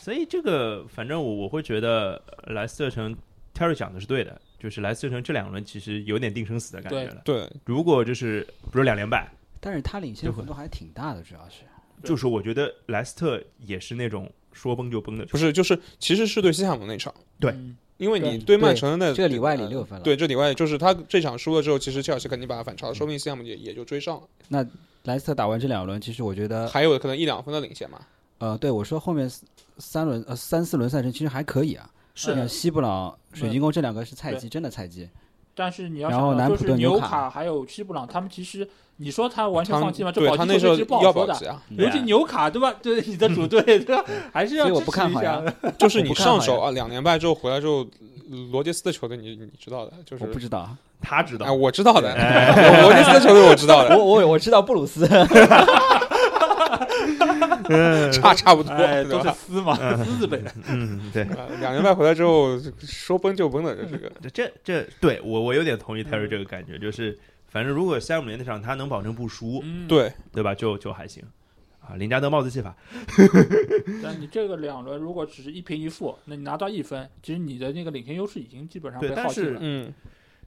所以这个，反正我我会觉得呃莱斯特城 Terry 讲的是对的，就是莱斯特城这两轮其实有点定生死的感觉对了。对，如果就是比如两连败，但是他领先就会幅度还挺大的，主要是对就是我觉得莱斯特也是那种说崩就崩的球队，不是，就是其实是对西汉姆那场，对嗯因为你对对曼城的这个里外里六分了，呃对，这里外就是他这场输了之后，其实切尔西肯定把他反超了，说不定西汉姆也也就追上了，莱斯特打完这两轮，其实我觉呃得，还有可能一两分的领先嘛。呃，对我说后面四三轮呃三四轮赛程其实还可以啊，是像西布朗、水晶宫这两个是菜鸡，真的菜鸡，但是你要然后想南到，就普是顿纽纽卡卡还有西布朗，他们其实你说他完全他放弃吗？这对保他级那时球候队其实不要好保说的，级啊，对尤啊其纽卡对吧？对你的主队对吧？还是要所以我支不持看一好下。就是你我不看上好手呀啊，两连败之后回来之后，罗杰斯的球队你你知道的，就是我不知道，他知道哎，。我知道的， (laughs) 罗杰斯的球队我知道我的，我我知道布鲁斯，差差不多，哎，对都是吧？丝嘛，狮子呗。嗯，对，啊两连败回来之后，说崩就崩的，这嗯个这这这对我我有点同意 Terry 这个感觉，就是反正如果三五年那场他能保证不输，嗯，对，对吧？就就还行啊。林加德帽子戏法，但你这个两轮如果只是一平一负，那你拿到一分，其实你的那个领先优势已经基本上对被但耗尽是了。嗯，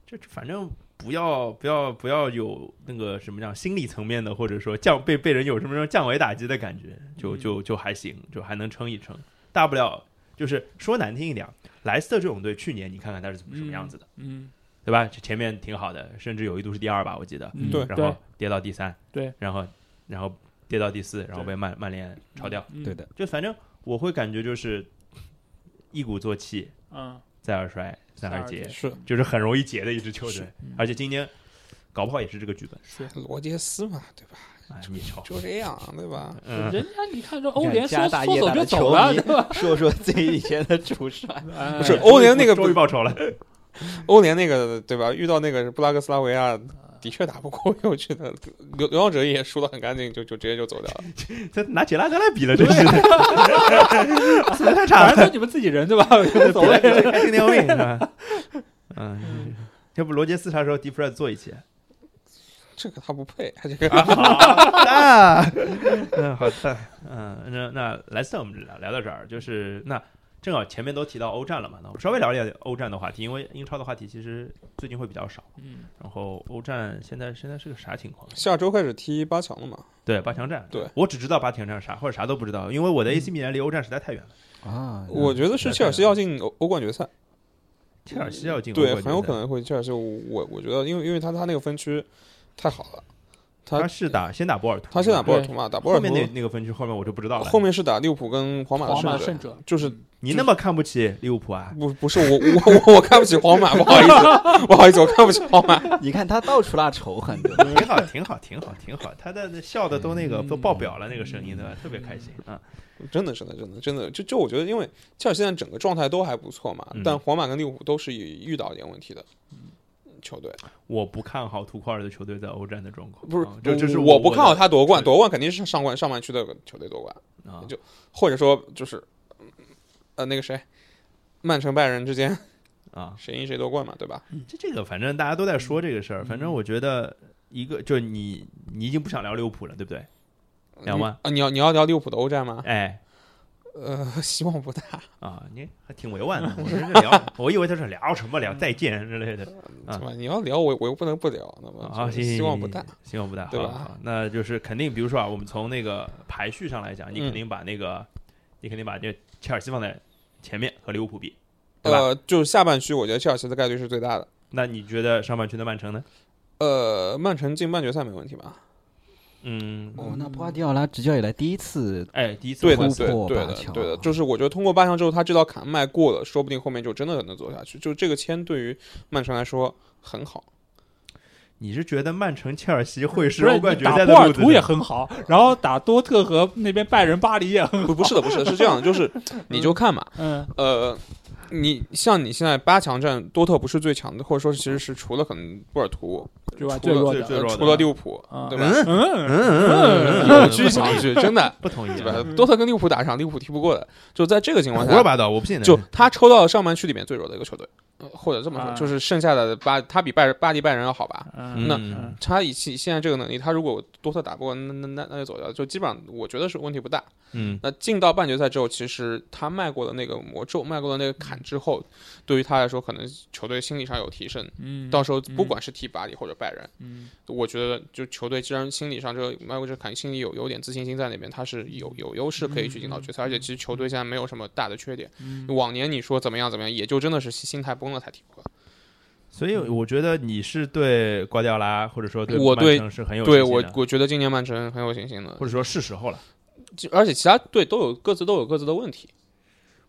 这这反正不要不要不要有那个什么样心理层面的，或者说降被被人有什么什么降维打击的感觉，就嗯就就还行，就还能撑一撑，大不了就是说难听一点，莱斯特这种队去年你看看他是怎么什么样子的，嗯，对吧？这前面挺好的，甚至有一度是第二吧，我记得，嗯对然对后跌到第三，对，然后然后跌到第四，然后被曼曼联超掉，嗯对，的，就反正我会感觉就是一鼓作气，嗯，再而衰，三而竭竭，是就是很容易竭的一支球队是嗯，而且今年搞不好也是这个剧本，是。罗杰斯嘛，对吧？哎，你瞧，就这样，对吧？嗯，人家你看这欧联说加大说业走大就的走了，球迷对吧？说说自己以前的主帅，哎不是欧联那个终于报仇了，欧联那个对吧？遇到那个布拉格斯拉维亚，的确打不过， (laughs) 我觉得流流浪者也输得很干净，就就直接就走掉了。这拿杰拉德来比了，真是的， (laughs) 死的太差啊了，反正都你们自己人对吧？无所谓。开心要命是 (laughs) 吧？嗯，要不罗杰斯啥时候 d e f r e d 做一期？这个他不配，这个啊，嗯，好的，嗯，那那莱斯特我们聊聊到这儿，就是那正好前面都提到欧战了嘛，那我们稍微聊一点欧战的话题，因为英超的话题其实最近会比较少。嗯，然后欧战现在现在是个啥情况？下周开始踢八强了嘛？对八强战，对嗯我只知道八强战啥或者啥都不知道，因为我的 AC 米兰离欧战实在太远了。啊，嗯我觉得是切尔西要进欧欧冠决赛，切尔西要进对欧，冠决赛很有可，能会切尔西。我我我觉得，因为因为他他那个分区太好了，他他是打先打波尔图，他是打波尔对图嘛，打波后尔面那图，那个分区后面我就不知道了。后面是打利物浦跟皇马的皇马胜者胜，者就是嗯你那么看不起利物浦啊？不不是我我 (laughs) 我我看不起皇马，不好意思， (laughs) 不好意思，我看不起皇马。你看他到处拉仇恨，对吧 (laughs) 挺好，挺好，挺好，挺好。他的那笑的都那个嗯都爆表了，那个声音对吧？特别开心嗯啊！真的，真的，真的，真的，就就我觉得，因为切尔西现在整个状态都还不错嘛，嗯但皇马跟利物浦都是遇到一点问题的球队。我不看好图库尔的球队在欧战的状况，不是啊，这这是我我不看好的他夺冠，对夺冠肯定是上冠上半区的球队夺冠，啊就或者说就是，嗯呃，那个谁，曼城拜仁之间啊！谁赢谁夺冠嘛，对吧？这这个反正大家都在说这个事儿，反嗯正我觉得一个就是你你已经不想聊利物浦了，对不对？聊吗你啊，你要你要聊利物浦的欧战吗？哎呃， (laughs) 希望不大。啊，你还挺委婉的。我说 (laughs) 这聊，我以为他说聊什么聊再见之类的啊对吧？你要聊我，我又不能不聊，那么啊，就行是行希望不行大。希望不大，对好吧好那就是肯定，比如说啊，我们从那个排序上来讲，你嗯肯定把那个，你肯定把这切尔西放在前面和利物浦比，对吧？呃，就是下半区，我觉得切尔西的概率是最大的。那你觉得上半区的曼城呢？呃，曼城进半决赛没问题吧？嗯，哦，那波阿迪奥拉执教以来第一次哎，第一次对的，突对破啊对吧的乔，对的，就是我觉得通过八强之后，他这道坎迈过了，说不定后面就真的能走下去。就这个签对于曼城来说很好，你是觉得曼城、切尔西会是不欧冠是决打赛的波尔路子图也呢？很好，然后打多特和那边拜仁、巴黎也 (laughs) 很不不是的，不是的，是这样的，就是你就看嘛， (laughs) 嗯呃，你像你现在八强战，多特不是最强的，或者说其实是除了可能波尔图，对吧？除最了弱最的，最弱的除了利物浦，啊对吧？嗯 (laughs) 嗯嗯，嗯有嗯，据不同想意，去，真的，不同意对吧啊，？多特跟利物浦打一场，利物浦踢不过的，就在这个情况胡说下，八道，我不信的。就他抽到了上半区里面最弱的一个球队，呃或者这么说，啊就是剩下的巴，他比拜巴黎拜仁要好吧？嗯那嗯他以现现在这个能力，他如果多特打不过，那那那那就走掉，就基本上我觉得是问题不大。嗯，那进到半决赛之后，其实他迈过了那个魔咒，迈过了那个嗯坎之后，对于他来说，可能球队心理上有提升。嗯，到时候不管是踢巴黎或者拜仁，嗯我觉得就球队既然心理上这个迈过这个坎，心里有有点自信心在那边，他是有有优势可以去进到决赛。而且其实球队现在没有什么大的缺点，嗯往年你说怎么样怎么样，也就真的是心心态崩了才踢不过。所以我觉得你是对瓜迪奥拉，或者说对我曼对城是很有对信心我的，我觉得今年曼城很有信心的，或者说是时候了。就而且其他队都有各自都有各自的问题。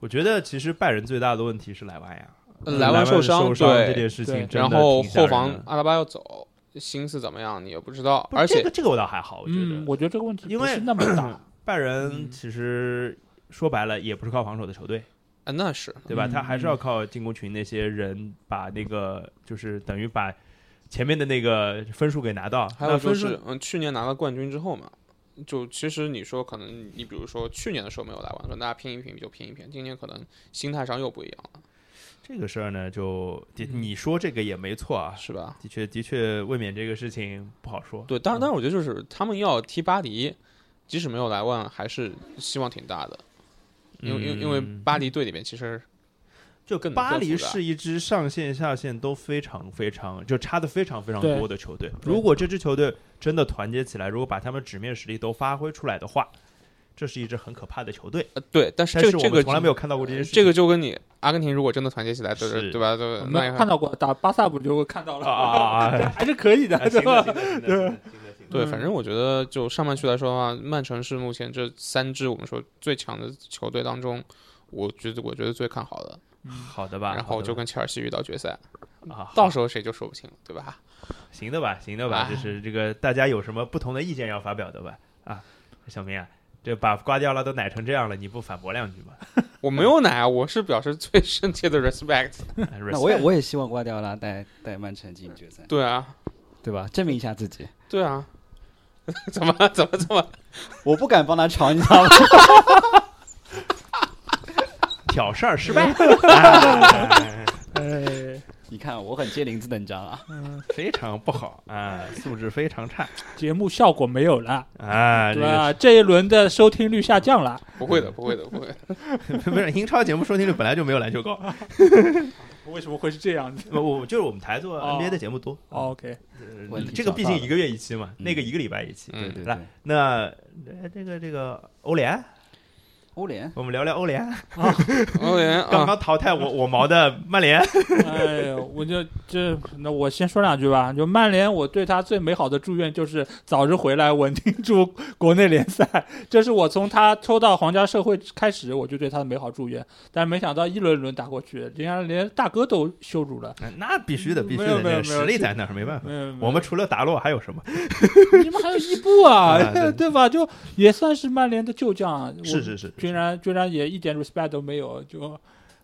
我觉得其实拜仁最大的问题是嗯莱万呀，嗯莱万万受伤受伤这对，件事对情真的挺吓人然的，后后防阿拉巴要走，心思怎么样你也不知道，不是而这且个这个我倒还好，我觉嗯，得我觉得这个问题因不为是那么大，拜嗯仁其实说白了也不是靠防守的球队，啊那是对吧？嗯他还是要靠进攻群那些人把那个就是等于把前面的那个分数给拿到，还有那就分数是嗯，去年拿了冠军之后嘛。就其实你说可能你比如说去年的时候没有莱万，说大家拼一拼就拼一拼，今年可能心态上又不一样了，这个事儿呢，就嗯的你说这个也没错啊，是吧？的确的确卫冕这个事情不好说。对，当然，但是我觉得就是他们要踢巴黎，即使没有莱万，还是希望挺大的，因为因为因为嗯巴黎队里面其实就更巴黎更复杂是一支上线下线都非常非常就差的非常非常对多的球队。如果这支球队真的团结起来，如果把他们纸面实力都发挥出来的话，这是一支很可怕的球队。呃对，但是但这是个我这们个从来没有看到过这件事情。这个就跟你阿根廷如果真的团结起来，对是对对吧？对我吧，那也们看到过打巴萨不就看到啊了，啊啊啊！还是可以的，哎对行的行吧？的行的行的行的行的对，反正我觉得就上半区来说的话，曼城是目前这三支我们说最强的球队当中，我觉得我觉得最看好的。好的吧，然好后的就吧跟切尔西遇到决赛，啊，好到时候谁就说不清了，对吧？行的吧，行的吧，哎就是这个大家有什么不同的意见要发表的吧？啊，小明啊，这把瓜迪奥拉都奶成这样了，你不反驳两句吗？我没有奶啊，我是表示最 (laughs) 深切的 respect。哎那我也 respect 我也希望瓜迪奥拉带带曼城进决赛，对啊，对吧？证明一下自 (laughs) 己，对啊，怎么怎么怎么？我不敢帮他吵，你知道吗？ (laughs) 挑事儿失败。哎哎，你看我很接林子的，你知道吗？非常不好啊，素质非常差节目效果没有了，啊！这对个吧？这一轮的收听率下降了，不会的，不会的，不会的。不是英超节目收听率本来就没有篮球高，为什么会是这样子我我就是我们台做哦 NBA 的节目多， (laughs) ？OK，呃问题这个找毕到竟了一个月一期嘛，那个一个礼拜一期。嗯来，那呃这个这个欧联，欧联我们聊聊欧联，(laughs) 欧联刚啊，刚淘汰我我毛的曼联，哎呦，我就这，那我先说两句吧。就曼联，我对他最美好的祝愿就是早日回来，稳定住国内联赛。这是我从他抽到皇家社会开始，我就对他的美好祝愿。但没想到一轮轮打过去，人家连大哥都羞辱了。那必须的，必须没有的，没有那个没有实力这在那儿，没办法。没有没有我们除了达洛还有什么？你们还有伊布啊，啊对 (laughs) 对吧？就也算是曼联的旧将啊。我是是是，居然居然也一点 respect 都没有，就，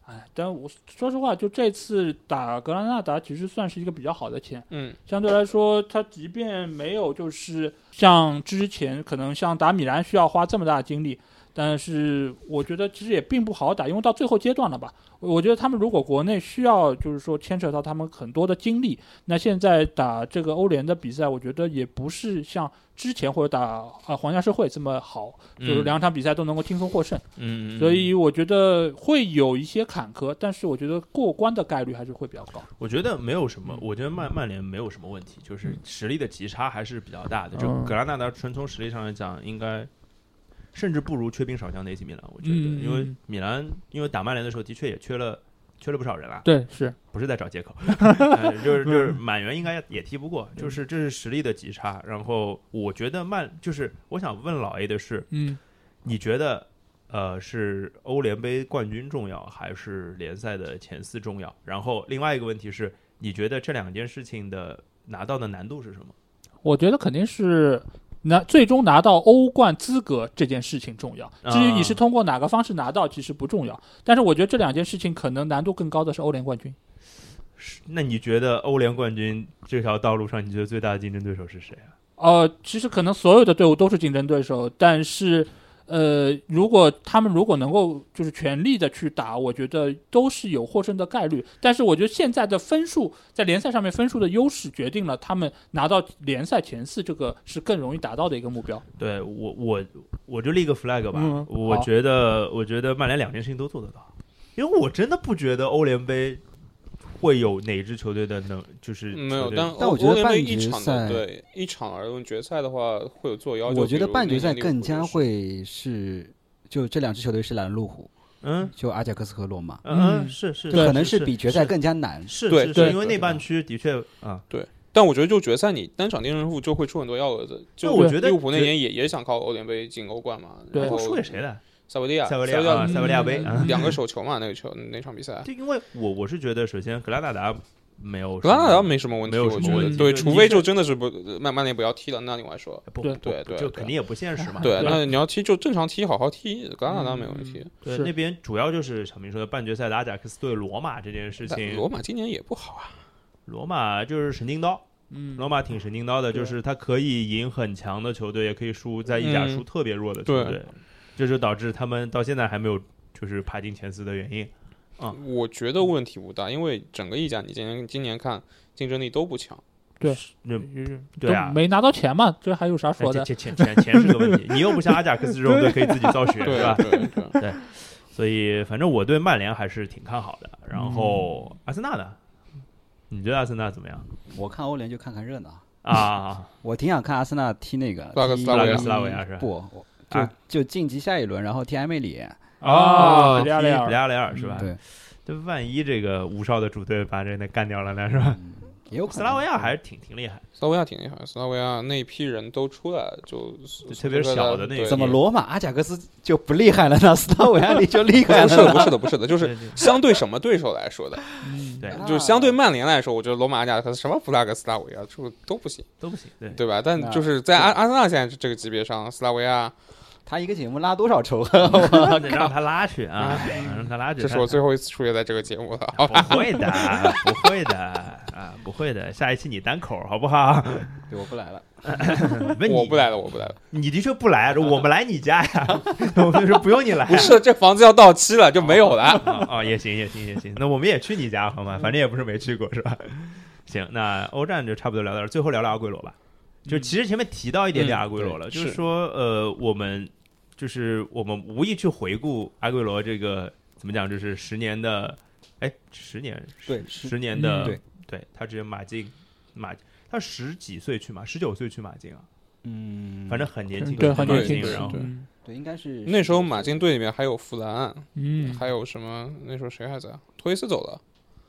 哎，但我说实话，就这次打格拉纳达其实算是一个比较好的签，嗯，相对来说，他即便没有就是像之前可能像打米兰需要花这么大的精力，但是我觉得其实也并不好打，因为到最后阶段了吧，我我觉得他们如果国内需要就是说牵扯到他们很多的精力，那现在打这个欧联的比赛，我觉得也不是像之前或者打啊、呃皇家社会这么好，就是嗯两场比赛都能够轻松获胜。嗯，所以我觉得会有一些坎坷，但是我觉得过关的概率还是会比较高。我觉得没有什么嗯，我觉得曼曼联没有什么问题，就是实力的极差还是比较大的。就嗯格拉纳达纯从实力上来讲，应该甚至不如缺兵少将的 AC 米兰，我觉得，嗯因为米兰因为打曼联的时候的确也缺了缺了不少人啊，对，是 (laughs) 不是在找借 (laughs) 口，呃就是就是满员应该也踢不过，就是这是实力的极差。然后我觉得曼就是我想问老 A 的是，嗯，你觉得呃是欧联杯冠军重要还是联赛的前四重要？然后另外一个问题是，你觉得这两件事情的拿到的难度是什么？我觉得肯定是拿最终拿到欧冠资格这件事情重要。啊至于你是通过哪个方式拿到，其实不重要。但是我觉得这两件事情可能难度更高的是欧联冠军。是那你觉得欧联冠军这条道路上，你觉得最大的竞争对手是谁啊？呃，其实可能所有的队伍都是竞争对手，但是，呃，如果他们如果能够就是全力的去打，我觉得都是有获胜的概率。但是我觉得现在的分数在联赛上面分数的优势决定了他们拿到联赛前四，这个是更容易达到的一个目标。对我，我我就立个 flag 吧，嗯我好觉得，我觉得曼联两件事情都做得到，因为我真的不觉得欧联杯会有哪支球队的能就是没球有，队嗯但但欧我觉得欧联杯半决一场赛的对一场而论，决赛的话会有做要求。我觉得比如半决那赛年利物浦更加就是会是，就这两支球队是拦路虎，嗯就阿贾克斯和罗马，嗯嗯嗯是是，就可能是比决赛更加难。是对是是对因为对内半区的确啊，但我觉得就决赛你单场定胜负就会出很多幺蛾子。就那我觉得利物浦那决年也也想靠欧联杯进欧冠嘛，对然后我输给谁了？塞维利亚，塞维利维利亚啊，嗯塞维利亚杯啊，两个手球嘛，那个球那场比赛，就因为我我是觉得，首先格拉纳达没有什么，格拉纳达没什么问题，没有我什觉么得问题对，就除的非确就真的是不曼曼联不要踢了，那另外说。不对不对不对就对肯定也不现实嘛，对，对那你要踢就正常踢，好好踢，格拉纳达没有问题。对，是那边主要就是小明说的半决赛的阿贾克斯对罗马这件事但情，罗马今年也不好啊，罗马就是神经刀，嗯罗马挺神经刀的，就是他可以赢很强的球队，也可以输在意甲嗯输特别弱的球队，这就导致他们到现在还没有就是爬进前四的原因。啊我觉得问题不大，因为整个意甲你今年今年看竞争力都不强。那都对啊，没拿到钱嘛，这还有啥说哎的？钱钱钱钱钱是个问题，你又不像阿贾克斯 (laughs) 这种队可以自己造血，对是吧？对对，所以反正我对曼联还是挺看好的。然嗯后阿森纳呢？你觉得阿森纳怎么样我看欧联就看看热闹， (laughs) 啊？我挺想看阿森纳踢那个拉格踢斯拉维亚斯拉维亚是吧不，我就啊就晋级下一轮，然后踢埃梅里。哦比比利亚雷尔啊嗯比利亚雷尔是吧？对， (laughs) 这万一这个吴少的主队把这那干掉了呢，是吧？嗯也有可能。斯拉维亚还是挺挺厉害，斯拉维亚挺厉害，斯拉维亚那一批人都出来了，就特别是小的那一批怎么罗？罗马阿贾克斯就不厉害了呢？斯拉维亚里就厉不害 (laughs) 是不了是呢的，不是的，不是 (laughs) 的，就是对对相对什么对手来说的，嗯，对啊就是相对曼联来说，我觉得罗马、阿贾克斯、什么布拉格、斯拉维亚就都不行，都不行，对对吧？但那就是在阿阿森纳现在这个级别上，斯拉维亚，他一个节目拉多少仇恨？得 (laughs) 让他拉去啊，让他拉去。这是我哦最后一次出现在这个节目了。啊他不会的，不会的啊，不会的。下一期你单口好不 (laughs) 好？对，我不来了。不是我你不，来了，我不来了。你的确不来，啊我们来你家 (laughs) 呀。我们就说不用你来不是，这房子要到期了，就没 (laughs) 有了。啊，哦也行也行也行，那我们也去你家好吗？反正也不是没去过，是吧？行，那欧战就差不多聊到这儿，最后聊聊阿圭罗吧。就其实前面提到一点点嗯阿圭罗了，对就是是说，呃，我们就是我们无意去回顾阿圭罗这个怎么讲，就是十年的，哎，十年，对十十年的，嗯对对他直接马竞马，他十几岁去马，十九岁去马竞啊，嗯，反正很年轻，啊对，很年对轻，对然后对嗯对，应该是那时候马竞队里面还有弗兰，嗯，还有什么？那时候谁还在？托雷斯走了，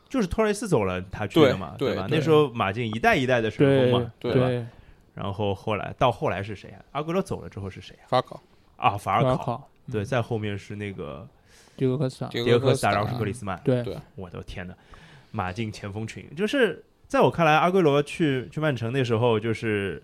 就是托雷斯走了，他去的对嘛，对吧？对那时候马竞一代一代的神对锋嘛，对吧？对，然后后来到后来是谁啊？阿圭罗走了之后是谁啊？法考、啊，法尔法尔考。考，对，嗯，在后面是那个迭戈科斯塔，迭迭戈戈科科斯塔，然后是格里斯曼。对对我的天呐，马竞前锋群，就是在我看来，阿圭罗去去曼城那时候，就是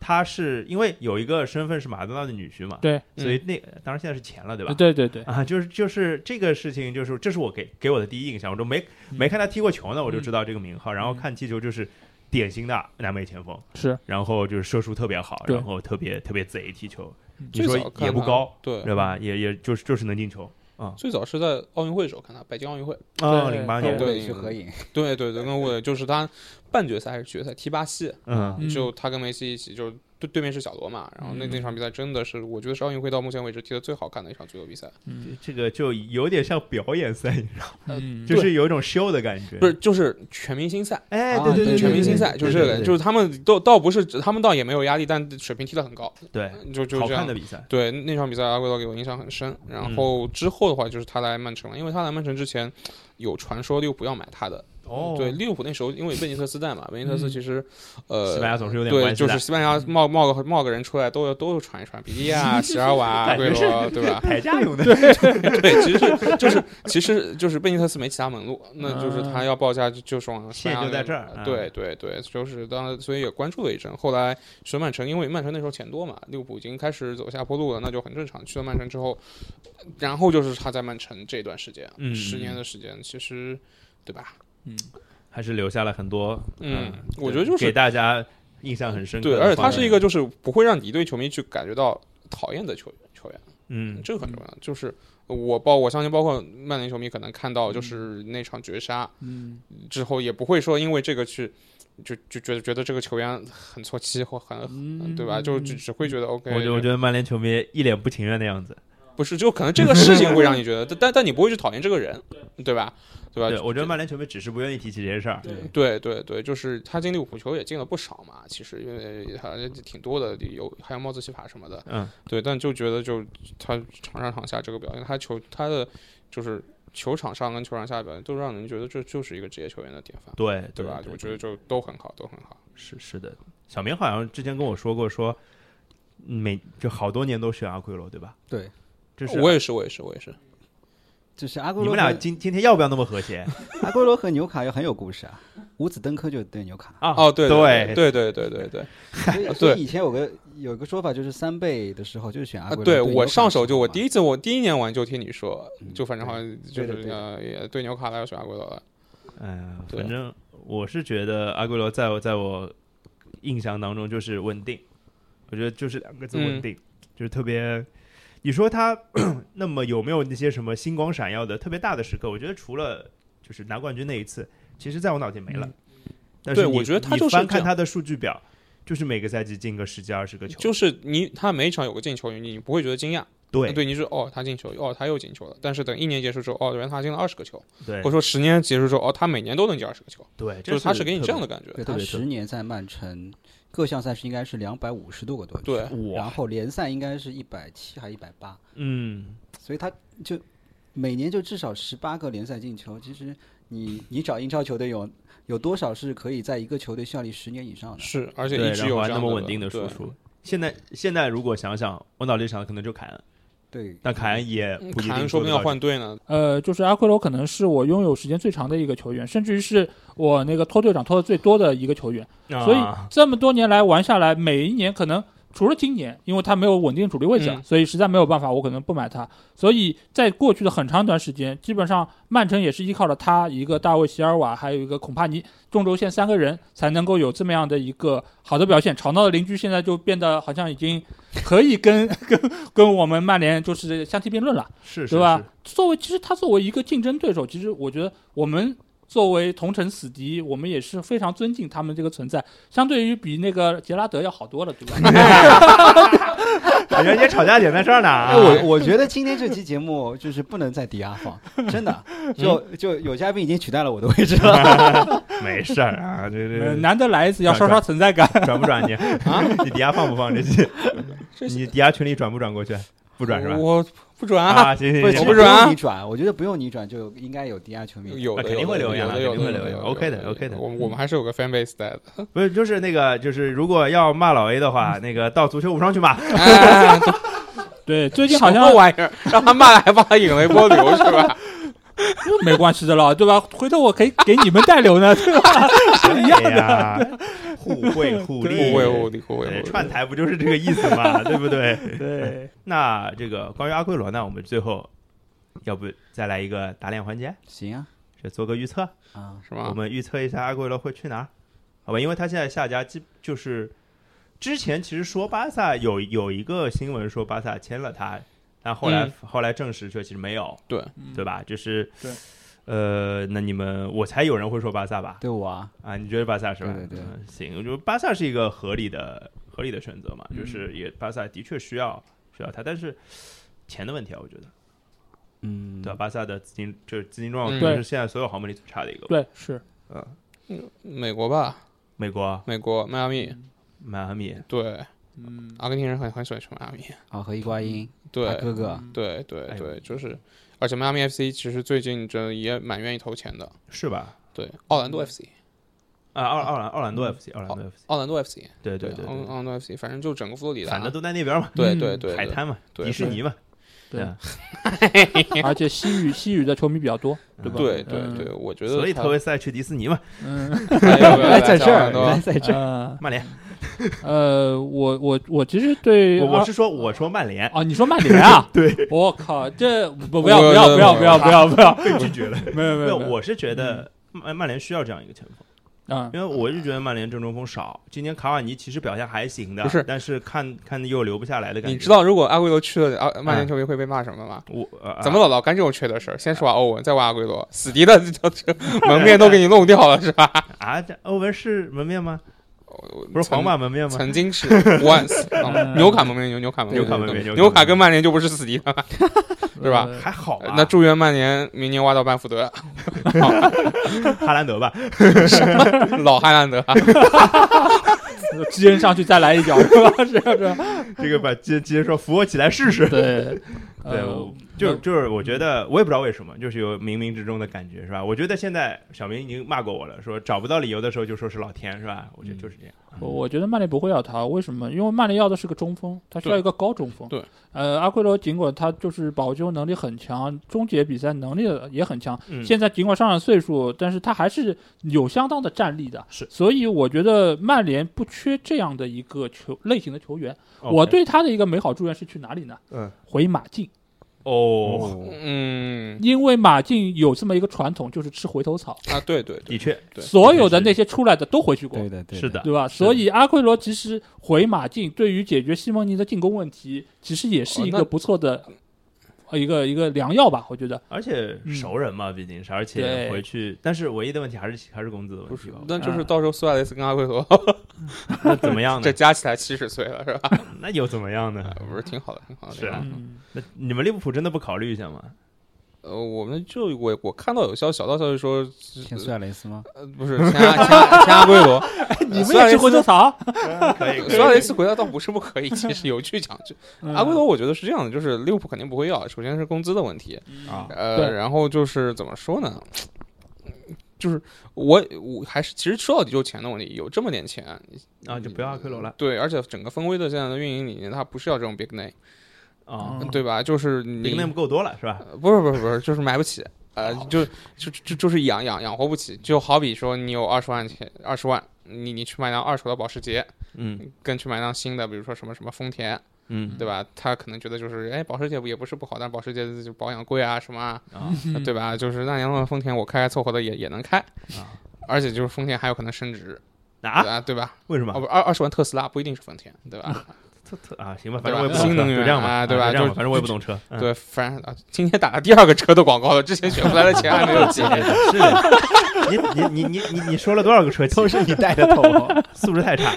他是因为有一个身份是马拉多纳的女婿嘛，对所嗯以那当然现在是钱了，对吧？对对对， (laughs) 啊，就是就是这个事情，就是这是我给给我的第一印象，我都没嗯没看他踢过球呢，我就知道这个名号。然后看踢球就是典型的南美前锋，是，然后就是射术特别好，对然后特别特别贼踢球，你最说早看也不他高，对对吧？也也就是就是能进球最早是在奥运会时候看他，北京奥运 (laughs) 会。啊，对零八跟年哦对我也去合影，对对对，跟沃雷就是他半决赛还是决赛踢巴西，嗯嗯就他跟梅西一起就对对面是小罗嘛，然后那那场比赛真的是我觉得是奥运会到目前为止踢的最好看的一场足球比赛，这这个就有点像表演赛，你知道吗嗯，就是有一种 show 的感觉。不是就是全明星赛。哎，啊对对对，对全明星对赛就是这对个，对就是他们都倒不是，他们倒也没有压力，但水平踢得很高，对就就好这看样的。比赛。对那场比赛，阿圭罗给我印象很深。然后之后的话，就是他来曼城了，因为他来曼城之前有传说利物浦要买他的。哦，对，，利物浦那时候因为贝尼特斯在嘛，贝尼特斯其实哦西班呃，牙总是有点对，关系就的是。西班牙冒冒个冒个人出来，都都传一传，比利 (laughs) 亚、席尔瓦、阿圭 (laughs) 罗，对吧？抬价用的，对，其实是就是其实就是贝尼特斯没其他门路，那就是他要报价就就是往西班牙线就在那这儿边啊对对对，就是当所以也关注了一阵。后来去了曼城，因为曼城那时候钱多嘛，利物浦已经开始走下坡路了，那就很正常。去了曼城之后，然后就是他在曼城这段时间，嗯十年的时间，其实对吧？还是留下了很多。嗯嗯，我觉得就是给大家印象很深刻对，的画而面。且他是一个就是不会让你对球迷去感觉到讨厌的球员球员。嗯，这个很重要。就是我包我相信，包括曼联球迷可能看到就是那场绝杀，嗯，之后也不会说因为这个去就就觉得觉得这个球员很错期或很。很对吧？就只只会觉得 OK，我觉得我觉得曼联球迷一脸不情愿的样子。不是，就可能这个事情会让你觉得，但但但你不会去讨厌这个人，对吧？啊对吧？对，我觉得曼联球迷只是不愿意提起这些事儿。对对对，就是他进利物浦球也进了不少嘛，其实因为好像挺多的，有还有帽子戏法什么的，嗯，对，但就觉得就他场上场下这个表现，他球他的就是球场上跟球场下的表现，都让人觉得这就是一个职业球员的典范，对对吧？我觉得就都很好，都很好。是是的。小明好像之前跟我说过，说每就好多年都选阿奎罗，对吧？对，这是我也是，我也是，我也是。就是阿圭你们罗俩和，今今天要不要那么和谐阿圭罗和纽卡又很有故事啊。伍子登科就是对纽卡，啊？ (laughs) 哦，对对，对对对对对所以所以以前有个有个说法就是三倍的时候就是选阿圭！啊罗。对我上手就我第一一次我第一年玩就听你说，就反正好像就嗯对的是对的呃也对纽卡来选阿圭罗了，嗯，对反正我是觉得阿圭罗在我在我印象当中就是稳定，我觉得就是两个字嗯稳定，就是特别。你说他 (clears throat) 那么有没有那些什么星光闪耀的特别大的时刻？我觉得除了就是拿冠军那一次，其实在我脑筋没了。但是嗯对你我觉得他就是你翻这看样他的数据表，就是每个赛季进个十几二十个球，就是你他每一场有个进球，你你不会觉得惊讶，对对，你说哦他进球，哦他又进球了，但是等一年结束之后，哦原来他进了二十个球，对或者说十年结束之后，哦他每年都能进二十个球，对，就是他是给你特这样别的感觉，对特他别特十年在曼城，各项赛事应该是两百五十多个多球，对，哇，然后联赛应该是一百七还一百八，嗯，所以他就每年就至少十八个联赛进球。其实你你找英超球队有有多少是可以在一个球队效力十年以上的？是，而且对，一直然有后还这那样么稳定的对输出。现在现在如果想想，我脑里想的可能就凯恩，对，但凯恩也不一嗯凯定恩说不做定要到换队呢，呃，就是阿奎罗可能是我拥有时间最长的一个球员，甚至于是我那个拖队长拖的最多的一个球员。这样，所以啊这么多年来玩下来，每一年可能除了今年，因为他没有稳定主力位置啊，嗯所以实在没有办法，我可能不买他。所以在过去的很长一段时间，基本上曼城也是依靠了他一个大卫席尔瓦，还有一个孔帕尼中轴线三个人才能够有这么样的一个好的表现。吵闹的邻居现在就变得好像已经可以跟 (laughs) 跟跟我们曼联就是相提并论了。是是对吧？？作为其实他作为一个竞争对手，其实我觉得我们作为同城死敌，我们也是非常尊敬他们这个存在，相对于比那个杰拉德要好多了，对吧？是人家吵架点在这儿 (laughs) 呢啊哎，我我觉得今天这期节目就是不能再抵押放，真 (laughs) 的，就嗯就有嘉宾已经取代了我的位置了。 (laughs) 没事儿啊，这呃这难得来一次，要刷刷存在感。转不转你？啊 (laughs) 你底下放不放这些？这你底下群里转不转过去？不转是吧？我不转啊，啊，行 (laughs) 行不行其我行实不不是啊用你转，我觉得不用你转，就应该有抵押球迷。有那的肯定有会的留言有了的有肯定会的留有言的 OK 的有 OK 的我们我们还是有个 fan base (laughs) 在的。不是就是那个就是如果要骂老 A 的 (laughs) 话，那个到足球无双去骂。哎，对，最近好什像么玩意儿，让他骂了还帮他引了一 (laughs) 波流是吧？没关系的了，对吧？回头我可以给你们带流呢，对吧？一样哎呀，互惠互利，互为互利，互为对互利。串台不就是这个意思嘛，对不对？ (laughs) 对， (laughs) 那这个关于阿奎罗呢，我们最后要不再来一个打脸环节，行啊这做个预测。啊，是我吗？们预测一下阿圭罗会去哪儿，好吧？因为他现在下家基就是之前其实说巴萨有有一个新闻说巴萨签了他，但后来、嗯后来证实却其实没有，对对嗯吧？就是对呃，那你们我猜有人会说巴萨吧？对我啊，啊，你觉得巴萨是吧？对对对嗯行，我觉得巴萨是一个合理的合理的选择嘛，嗯就是也巴萨的确需要需要他，但是钱的问题啊，我觉得，嗯，对吧？巴萨的资金就是资金状况，嗯可能是现在所有豪门里最差的一个。对，是嗯，美国吧，美国美国迈阿密，嗯迈阿密，对，嗯，阿根廷人很很喜欢去迈阿密，啊，和伊瓜因，他对，哥哥，对对哎呦对，就是，而且迈阿密 FC 其实最近这也蛮愿意投钱的，是吧？对，奥兰嗯多 FC，啊，奥奥兰奥兰嗯多 FC，奥兰多 FC，奥兰多 FC，对对对奥对，奥兰多 FC，反正就整个佛罗里达，反正都在那边嘛，对嗯对对，海对滩嘛，对迪士尼嘛，对啊而且西语西语的球迷比较多，对吧？对对嗯对，我觉得所以他特维塞去迪士尼嘛，嗯，哎呦原来 (laughs) 在这奥儿，兰原多来在这儿，呃曼联。呃，我我我其实对我我啊是说我说曼联 (laughs) 哦，你说曼联啊？对，我靠，这不不要不要不要不要不要不要，被拒绝了，没有没没有，有没有我是觉嗯得曼曼联需要这样一个前锋。啊因为我是觉得曼联正中锋少，今年卡瓦尼其实表现还行的，不是但是看看又留不下来的感觉。你知道如果阿圭罗去了，阿嗯曼联球迷会被骂什么吗？我呃，怎么老老干这种缺德事儿？先说完欧文，再挖阿圭罗，死敌的这这门面都给你弄掉了是吧？啊？这欧文是门面吗？不 (laughs) 是皇马门面吗？哦曾经是 once，嗯纽卡门面牛纽卡门面纽卡门面纽卡门面对纽卡跟曼联就不是死敌了， (laughs) 是吧？呃还好吧？那祝愿曼联明年挖到班福 (laughs) 德，哈兰德吧？老哈兰德，基恩上去再来一脚，是吧？是吧是吧？这个把接接着说扶我起来试试。 (laughs) 对，对，呃我就就是我嗯觉得我也不知道为什么，就是有冥冥之中的感觉，是吧？我觉得现在小明已经骂过我了，说找不到理由的时候就说是老天，是吧？我觉得就是这样。我我觉得曼联不会要他，为什么？因为曼联要的是个中锋，他需要一个高中锋。对，呃，阿奎罗尽管他就是保球能力很强，终结比赛能力也很强，嗯，现在尽管上了岁数，但是他还是有相当的战力的。是所以我觉得曼联不缺这样的一个球类型的球员。嗯 OK 我对他的一个美好祝愿是去哪里呢？嗯，回马竞，哦，嗯因为马竞有这么一个传统，就是吃回头草，啊，对对的对，确对所有的那些出来的都回去过。对的，对是，的，对吧？所以阿奎罗其实回马竞，对于解决西蒙尼的进攻问题，其实也是一哦那个不错的，呃，一个一个良药吧，我觉得。而且嗯熟人嘛，毕竟是，而且对回去，但是唯一的问题还是还是工资的问不题是吧。， (laughs) 那就是啊到时候苏亚雷斯跟阿圭 (laughs) 罗那怎么样 (laughs) 这哎呢？加起来七十岁了是吧？那又怎么样呢？ (laughs) 不是挺好的，挺好的。是啊啊，嗯，那你们利物浦真的不考虑一下 (laughs) 吗？呃，我们就我我看到有消息，小道消息说，天苏亚雷斯吗？呃，不 (laughs) 是签阿签阿签阿圭 (laughs) 罗，呃你们苏亚雷也吃回头斯草？可以，苏亚雷斯回来倒不是不可以，其实有去讲 (laughs) 究。嗯阿圭罗我觉得是这样的，就是利物浦肯定不会要，首先是工资的问题，啊，呃，对然后就是怎么说呢？就是我我还是其实说到底就是钱的问题，有这么点钱，啊，就不要阿奎罗了对，而且整个分威的现在的运营理念，它不是要这种 big name，啊嗯对吧？就是你，big name 够多了是吧？呃不是不是不是，就是买不起，呃，就就就就是养养养活不起，就好比说你有二十万钱，二十万，你你去买辆二手的保时捷，嗯跟去买辆新的，比如说什么什么丰田，嗯对吧？他可能觉得就是，哎，保时捷也不是不好，但保时捷就保养贵啊什么啊，啊 (laughs) 对吧？就是那年的丰田，我开开凑合的也也能开啊，而且就是丰田还有可能升值啊，啊，对吧？为什么哦不，二二十万特斯拉不一定是丰田，对吧？特特啊？行吧，对反正我吧也不懂新能车，源就这样吧，啊对吧啊就这样就吧，反正我也不懂车。嗯对，反正啊，今天打了第二个车的广告了，之前选不来的钱还没有 (laughs) 结。是的，你你你你你你说了多少个车企？都是你带的头，素质太差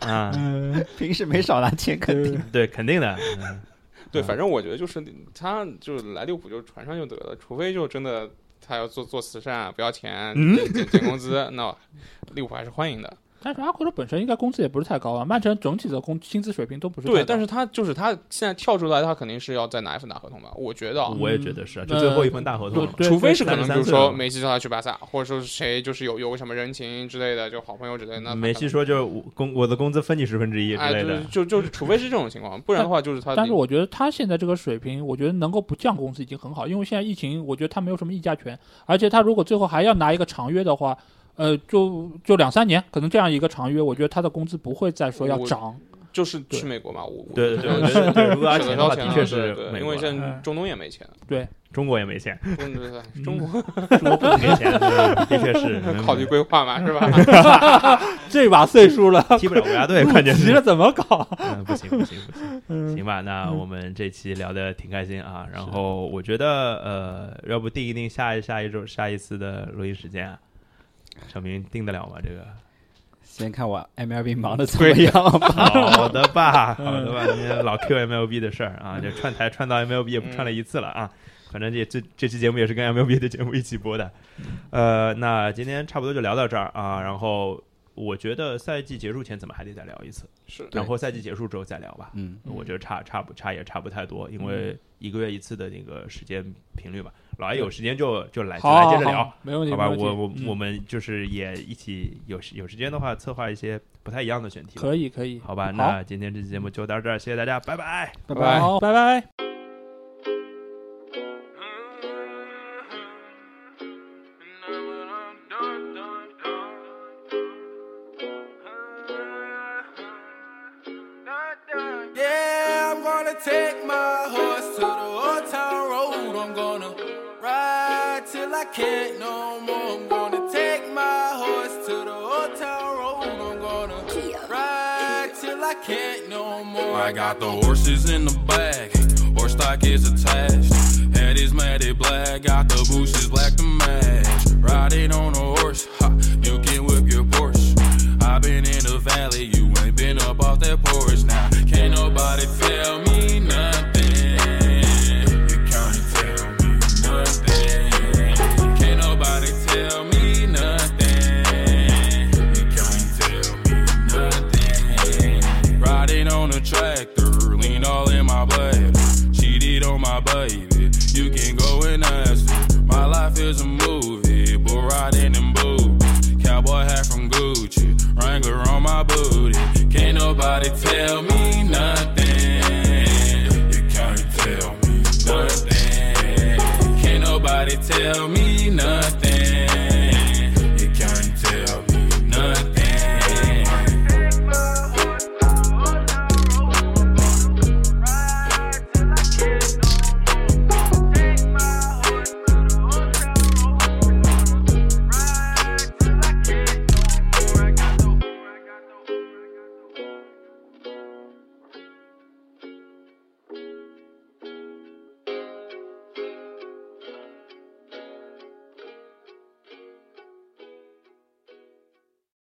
啊！ (laughs) 平时没少拿钱，肯定。对，肯定的。嗯对，嗯反正我觉得就是他就是来利物浦就传上就得了，除非就真的他要做做慈善啊不要钱，嗯减减工资，那利物浦还是欢迎的。但是阿奎罗本身应该工资也不是太高啊，曼城整体的工薪资水平都不是太高对，但是他就是他现在跳出来，他肯定是要再拿一份大合同吧？我觉得啊，我也觉得是，就最后一份大合同了嘛。对除非是可能， 33比如岁了说梅西叫他去巴萨，或者说是谁就是有有个什么人情之类的，就好朋友之类的。那他梅西说就是我工我的工资分你十分之一之哎，类就的，就就是，除非是这种情况，不然的话就是他。但是我觉得他现在这个水平，我觉得能够不降工资已经很好，因为现在疫情，我觉得他没有什么议价权，而且他如果最后还要拿一个长约的话，呃，就就两三年，可能这样一个长约，我觉得他的工资不会再说要我涨。就是对去美国嘛，我我对对对，我我觉得对如果阿舍钱得的掏话，钱的了确对是对美因国为了，现在嗯中东也没钱，中国也没钱，(laughs) 中对对中国中国不能给钱，嗯的确是考虑规划嘛，是吧？这把岁数了，踢不了国家队，关键急是了怎么搞？嗯不行不行不行，行吧，那我们这期聊的挺开心啊，然后我觉得呃，要不定一定下一下一周下一次的录音时间啊，小明定得了吗？这个先看我 MLB 忙的怎么样 (laughs) 吧。好的吧，好的吧，今天老 Q MLB 的事儿啊，就串台串到 MLB 也不串了一次了啊。反正这这这期节目也是跟 MLB 的节目一起播的。呃，那今天差不多就聊到这儿啊。然后我觉得赛季结束前怎么还得再聊一次， (laughs) 是然后赛季结束之后再聊吧。嗯，我觉得差差不差也差不太多，嗯因为一个月一次的那个时间频率吧。老艾有时间就就来就好来好哎接着聊，好没问题，好吧？没问题我我嗯我们就是也一起有时有时间的话，策划一些不太一样的选题吧。可以可以，好吧，那今天这期节目就到这儿，谢谢大家，拜拜。拜拜拜好，拜拜。 Yeah, I'm gonna take my horse to the old town road. I'm gonna ride till I can't no more. I'm gonna take my horse to the old town road. I'm gonna ride till I can't no more. I got the horses in the back, horse stock is attached. Head is matted black, got the bushes black to match. Riding on a horse, ha, you can whip your Porsche. I've been in the valley, you ain't been up off that porch now. Can't nobody tell me nothing. You can't tell me nothing. Can't nobody tell me nothing. You can't tell me nothing. Riding on a tractor, lean all in my blood. Cheated on my baby, you can go and ask. her. My life is a movie, bull riding and boobies. Cowboy hat from Gucci, Wrangler on my booty. Can't nobody tell me nothing. You can't tell me nothing. Can't nobody tell me nothing.